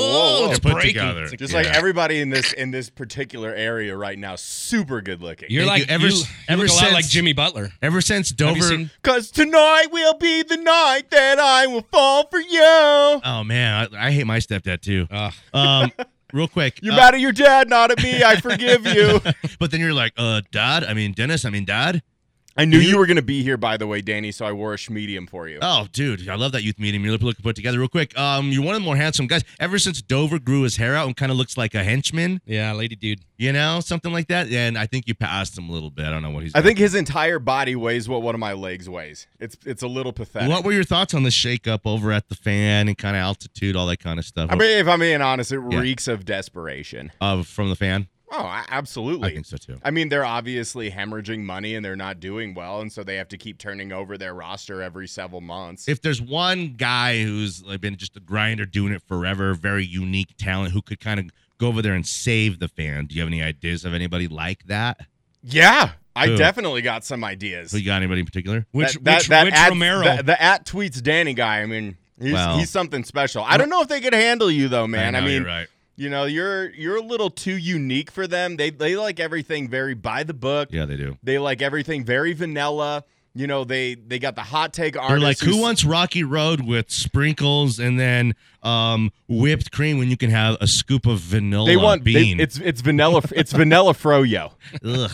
Speaker 13: whoa.
Speaker 3: It's
Speaker 2: They're put
Speaker 3: breaking.
Speaker 2: together.
Speaker 3: It's like-
Speaker 13: Just
Speaker 2: Yeah.
Speaker 13: like everybody in this in this particular area right now, super good looking.
Speaker 3: You're
Speaker 2: Thank
Speaker 3: like
Speaker 2: you. Ever
Speaker 3: you,
Speaker 2: s-
Speaker 3: you
Speaker 2: ever
Speaker 3: look a lot
Speaker 2: since-
Speaker 3: like Jimmy Butler.
Speaker 2: Ever since
Speaker 3: Have you
Speaker 2: Dover.
Speaker 3: seen-
Speaker 13: Cause tonight will be the night that I will fall for you.
Speaker 2: oh man, I, I hate my stepdad too.
Speaker 3: Ugh.
Speaker 2: Um, real quick.
Speaker 13: You're
Speaker 2: uh,
Speaker 13: mad at your dad, not at me. I forgive you.
Speaker 2: but then you're like, uh, Dad. I mean, Dennis. I mean, Dad.
Speaker 13: I knew you were gonna be here, by the way, Danny. So I wore a medium for you.
Speaker 2: Oh, dude, I love that youth medium. You look look put together real quick. Um, you're one of the more handsome guys. Ever since Dover grew his hair out and kind of looks like a henchman,
Speaker 3: Yeah, lady dude.
Speaker 2: you know, something like that. And I think you passed him a little bit. I don't know what he's.
Speaker 13: I think his entire body weighs what one of my legs weighs. It's it's a little pathetic.
Speaker 2: What were your thoughts on the shakeup over at the fan and kind of altitude, all that kind of stuff?
Speaker 13: I mean, if I'm being honest, it reeks of desperation.
Speaker 2: of from the fan.
Speaker 13: Oh, I-
Speaker 2: I
Speaker 13: absolutely.
Speaker 2: think so too.
Speaker 13: I mean, they're obviously hemorrhaging money and they're not doing well, and so they have to keep turning over their roster every several months.
Speaker 2: If there's one guy who's like been just a grinder doing it forever, very unique talent who could kind of go over there and save the fan, do you have any ideas of anybody like that?
Speaker 13: yeah, I
Speaker 2: Who?
Speaker 13: definitely got some ideas.
Speaker 2: Who you got anybody in particular?
Speaker 3: Which
Speaker 13: That- that-
Speaker 3: which,
Speaker 13: that
Speaker 3: which
Speaker 13: at-
Speaker 3: Romero?
Speaker 13: that- the at tweets Danny guy. I mean, he's,
Speaker 2: Well.
Speaker 13: he's something special. I don't know if they could handle you though, man. I,
Speaker 2: know,
Speaker 13: mean,
Speaker 2: you're right.
Speaker 13: you know, you're you're a little too unique for them. They they like everything very by the book.
Speaker 2: Yeah, they do.
Speaker 13: They like everything very vanilla. You know, they they got the hot take
Speaker 2: They're
Speaker 13: artists.
Speaker 2: like, who
Speaker 13: who's-
Speaker 2: wants Rocky Road with sprinkles and then um, whipped cream when you can have a scoop of vanilla
Speaker 13: They want they-
Speaker 2: bean?
Speaker 13: it's it's vanilla it's vanilla froyo.
Speaker 2: Ugh.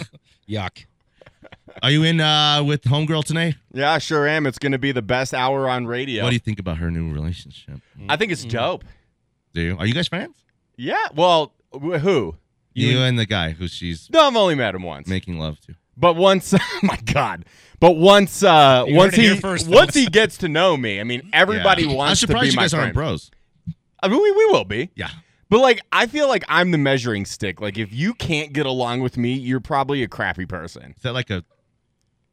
Speaker 3: Yuck.
Speaker 2: Are you in uh, with Homegirl tonight?
Speaker 13: Yeah, I sure am. It's going to be the best hour on radio.
Speaker 2: What do you think about her new relationship?
Speaker 13: I think it's dope.
Speaker 2: Do you? Are you guys fans?
Speaker 13: Yeah. Well, wh- who?
Speaker 2: You, and the guy who she's
Speaker 13: No, I've only met him once.
Speaker 2: making love to.
Speaker 13: But once, oh my God! But once, uh,
Speaker 3: You
Speaker 13: once
Speaker 3: heard it
Speaker 13: he
Speaker 3: here first,
Speaker 13: once
Speaker 3: folks.
Speaker 13: he gets to know me, I mean, everybody
Speaker 2: Yeah.
Speaker 13: wants
Speaker 2: I'm surprised
Speaker 13: to be
Speaker 2: you
Speaker 13: my
Speaker 2: guys
Speaker 13: friend.
Speaker 2: aren't bros.
Speaker 13: I mean, we, we will be.
Speaker 2: Yeah.
Speaker 13: But like, I feel like I'm the measuring stick. Like, if you can't get along with me, you're probably a crappy person.
Speaker 2: Is that like a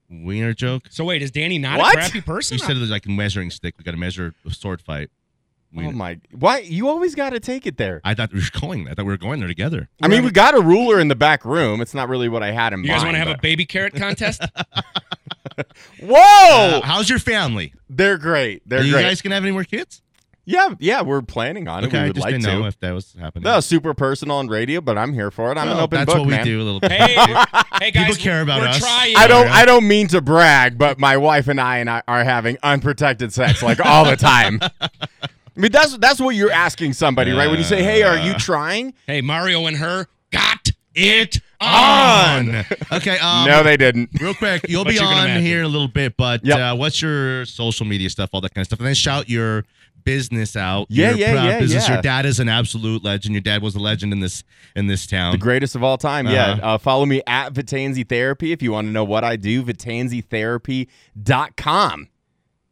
Speaker 2: wiener joke?
Speaker 3: So wait, is Danny not
Speaker 13: What?
Speaker 3: a crappy person?
Speaker 2: You said it was like a measuring stick. We got to measure a sword fight.
Speaker 13: Oh
Speaker 2: Wiener.
Speaker 13: my! Why you always got to take it there?
Speaker 2: I thought we were going. I thought we were going there together.
Speaker 13: I mean, we got a ruler in the back room. It's not really what I had in
Speaker 3: you guys
Speaker 13: mind.
Speaker 3: want to have a baby carrot contest?
Speaker 13: a whoa?
Speaker 2: Uh, how's your family?
Speaker 13: They're great. They're
Speaker 2: Are you
Speaker 13: great.
Speaker 2: guys gonna have any more kids?
Speaker 13: Yeah, yeah, we're planning on it.
Speaker 2: okay,
Speaker 13: we
Speaker 2: I
Speaker 13: would
Speaker 2: just
Speaker 13: like
Speaker 2: didn't
Speaker 13: to.
Speaker 2: know if that was happening.
Speaker 13: That was super personal on radio, but I'm here for it. I'm an
Speaker 2: Well,
Speaker 13: open
Speaker 2: that's
Speaker 13: book,
Speaker 2: what
Speaker 13: man.
Speaker 2: we do. A little.
Speaker 3: hey, hey guys,
Speaker 2: care about
Speaker 3: we're
Speaker 2: us.
Speaker 3: trying.
Speaker 13: I don't.
Speaker 2: Yeah.
Speaker 13: I don't mean to brag, but my wife and I and I are having unprotected sex like all the time. I mean, that's that's what you're asking somebody, right? When you say, "Hey, are you trying?"
Speaker 3: Hey, Mario and her got it on.
Speaker 2: on. okay. Um,
Speaker 13: no, they didn't.
Speaker 2: Real quick, you'll
Speaker 3: But
Speaker 2: be
Speaker 3: you can
Speaker 2: on
Speaker 3: imagine.
Speaker 2: here in a little bit, but
Speaker 13: Yep.
Speaker 2: uh, what's your social media stuff, all that kind of stuff, and then shout your business out.
Speaker 13: Yeah,
Speaker 2: your
Speaker 13: yeah,
Speaker 2: proud
Speaker 13: yeah,
Speaker 2: business.
Speaker 13: yeah.
Speaker 2: Your dad is an absolute legend. Your dad was a legend in this in this town.
Speaker 13: The greatest of all time. Yeah.
Speaker 2: Um, Uh-huh.
Speaker 13: Uh, follow me at Vitanzi Therapy if you want to know what I do. VitanziTherapy.com.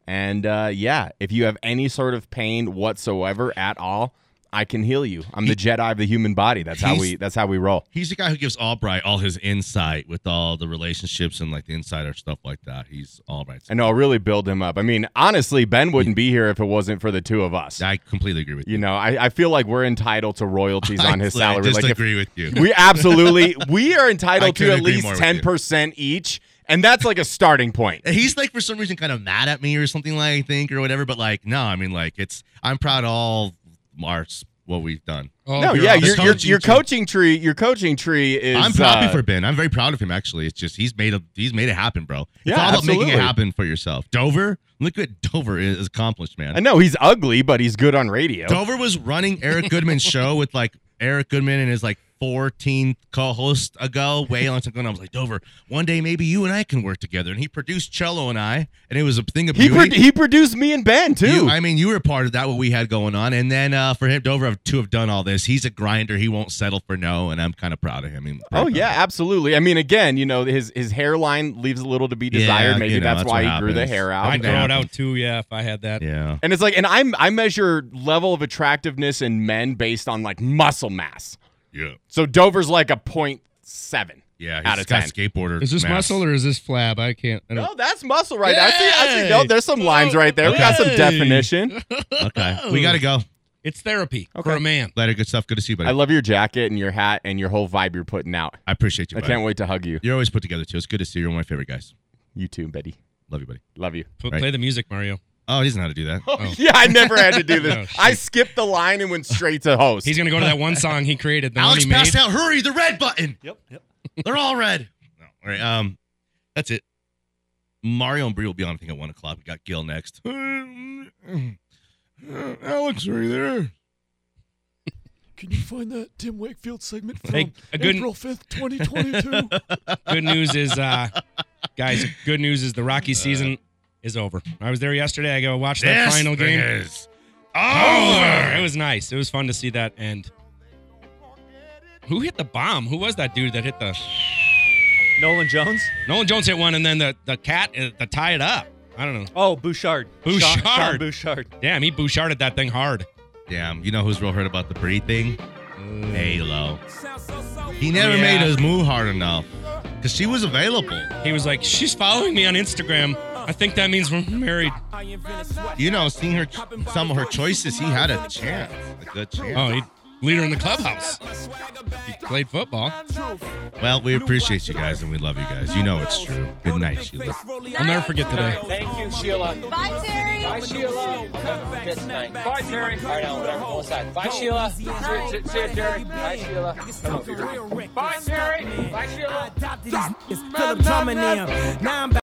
Speaker 13: And uh, yeah, if you have any sort of pain whatsoever at all, I can heal you. I'm the Jedi of the human body. That's how
Speaker 2: He's-
Speaker 13: we. That's how we roll.
Speaker 2: He's the guy who gives Albright all his insight with all the relationships and like the insider stuff like that. He's Albright's.
Speaker 13: I know. Really build him up. I mean, honestly, Ben wouldn't be here if it wasn't for the two of us.
Speaker 2: I completely agree with
Speaker 13: you. You know, I, I feel like we're entitled to royalties on his
Speaker 2: I
Speaker 13: salary. Like, if-
Speaker 2: disagree with you.
Speaker 13: We absolutely we are entitled
Speaker 2: could
Speaker 13: to at
Speaker 2: agree
Speaker 13: least
Speaker 2: more with you.
Speaker 13: ten percent each, and that's like a starting point.
Speaker 2: And he's like for some reason kind of mad at me or something like I think or whatever. But like no, I mean like it's I'm proud of all March what we've done.
Speaker 13: no, Oh, yeah, your, your, your coaching tree, your coaching tree is.
Speaker 2: I'm happy
Speaker 13: uh,
Speaker 2: for Ben. I'm very proud of him. Actually, it's just he's made a he's made it happen, bro. It's
Speaker 13: Yeah,
Speaker 2: all about making it
Speaker 13: absolutely.
Speaker 2: happen for yourself. Dover, look what Dover is accomplished, man.
Speaker 13: I know he's ugly, but he's good on radio.
Speaker 2: Dover was running Eric Goodman's show with like Eric Goodman and his like 14 co-host ago, way long time ago. And I was like, Dover, one day maybe you and I can work together. And he produced Cello and I, and it was a thing of
Speaker 13: He
Speaker 2: beauty.
Speaker 13: pro- he produced me and Ben too.
Speaker 2: You- I mean, you were a part of that what we had going on, and then uh, for him, Dover have- to have done all this, he's a grinder. He won't settle for no, and I'm kind of proud of him. I mean,
Speaker 13: Oh yeah, absolutely. I mean, again, you know, his his hairline leaves a little to be desired.
Speaker 2: Yeah,
Speaker 13: Maybe
Speaker 2: you know,
Speaker 13: that's,
Speaker 2: that's
Speaker 13: why
Speaker 2: what
Speaker 13: he grew the
Speaker 2: happens.
Speaker 13: hair out.
Speaker 2: I
Speaker 3: I'd grow it out too, yeah, if I had that.
Speaker 2: yeah.
Speaker 13: And it's like, and I'm I measure level of attractiveness in men based on like muscle mass.
Speaker 2: Yeah.
Speaker 13: So Dover's like a point seven.
Speaker 2: Yeah,
Speaker 13: out of
Speaker 2: he's got
Speaker 13: ten.
Speaker 2: skateboarder.
Speaker 3: Is this
Speaker 2: mass.
Speaker 3: muscle or is this flab? I can't. I don't.
Speaker 13: No, that's muscle right there. I see, I see. No, there's some lines right there. We got some
Speaker 3: Hey.
Speaker 13: definition.
Speaker 2: Okay, we gotta go.
Speaker 3: It's therapy for a man.
Speaker 2: Later, good stuff. Good to see you, buddy.
Speaker 13: I love your jacket and your hat and your whole vibe you're putting out.
Speaker 2: I appreciate you.
Speaker 13: I
Speaker 2: buddy.
Speaker 13: can't wait to hug you.
Speaker 2: You're always put together too. It's good to see you. You're one of my favorite guys.
Speaker 13: You too, Betty.
Speaker 2: Love you, buddy.
Speaker 13: Love you.
Speaker 3: P-
Speaker 2: Right.
Speaker 3: Play the music, Mario.
Speaker 2: Oh, he doesn't know how to do that.
Speaker 13: Yeah, I never had to do this.
Speaker 3: No, shit.
Speaker 13: I skipped the line and went straight to host.
Speaker 3: He's gonna go to that one song he created. The
Speaker 2: Alex
Speaker 3: one he made.
Speaker 2: passed out. Hurry, the red button.
Speaker 7: Yep, yep.
Speaker 2: They're all red. No, all right. Um, that's it. Mario and Bree will be on. I think at one o'clock. We got Gil next. Alex, are you there?
Speaker 11: Can you find that Tim Wakefield segment from
Speaker 3: Hey, a good-
Speaker 11: April 5th, 2022?
Speaker 3: good news is, uh, guys. Good news is the Rocky
Speaker 2: Uh,
Speaker 3: season is over. I was there yesterday. I go watch that
Speaker 2: This
Speaker 3: final game.
Speaker 2: thing is Oh!
Speaker 3: over. It was nice. It was fun to see that end. Who hit the bomb? Who was that dude that hit the?
Speaker 7: Nolan Jones?
Speaker 3: Nolan Jones hit one, and then the the cat uh, the tie it up. I don't know.
Speaker 7: Oh, Bouchard. Sean- Sean
Speaker 3: Bouchard.
Speaker 7: Bouchard.
Speaker 3: Damn, he Boucharded that thing hard.
Speaker 2: Damn, you know who's real hurt about the Bree thing? Mm. Halo. He never made
Speaker 3: Yeah.
Speaker 2: his move hard enough because she was available.
Speaker 3: He was like, "She's following me on Instagram. I think that means we're married."
Speaker 2: You know, seeing her, some of her choices, he had a chance, a good chance.
Speaker 3: Oh, he leader in the clubhouse. He played football.
Speaker 2: Well, we appreciate you guys and we love you guys. You know it's true. Good night, Sheila.
Speaker 3: I'll never forget today.
Speaker 14: Thank you, Sheila. Bye, Terry. Bye, Sheila. That's nice. Bye, Terry. All right, now we're going outside. Bye, Sheila. See you, see you, see you, Terry. Bye, Sheila. Bye, Terry. Bye, Sheila.
Speaker 15: It's Philip Drummond now. Now I'm back.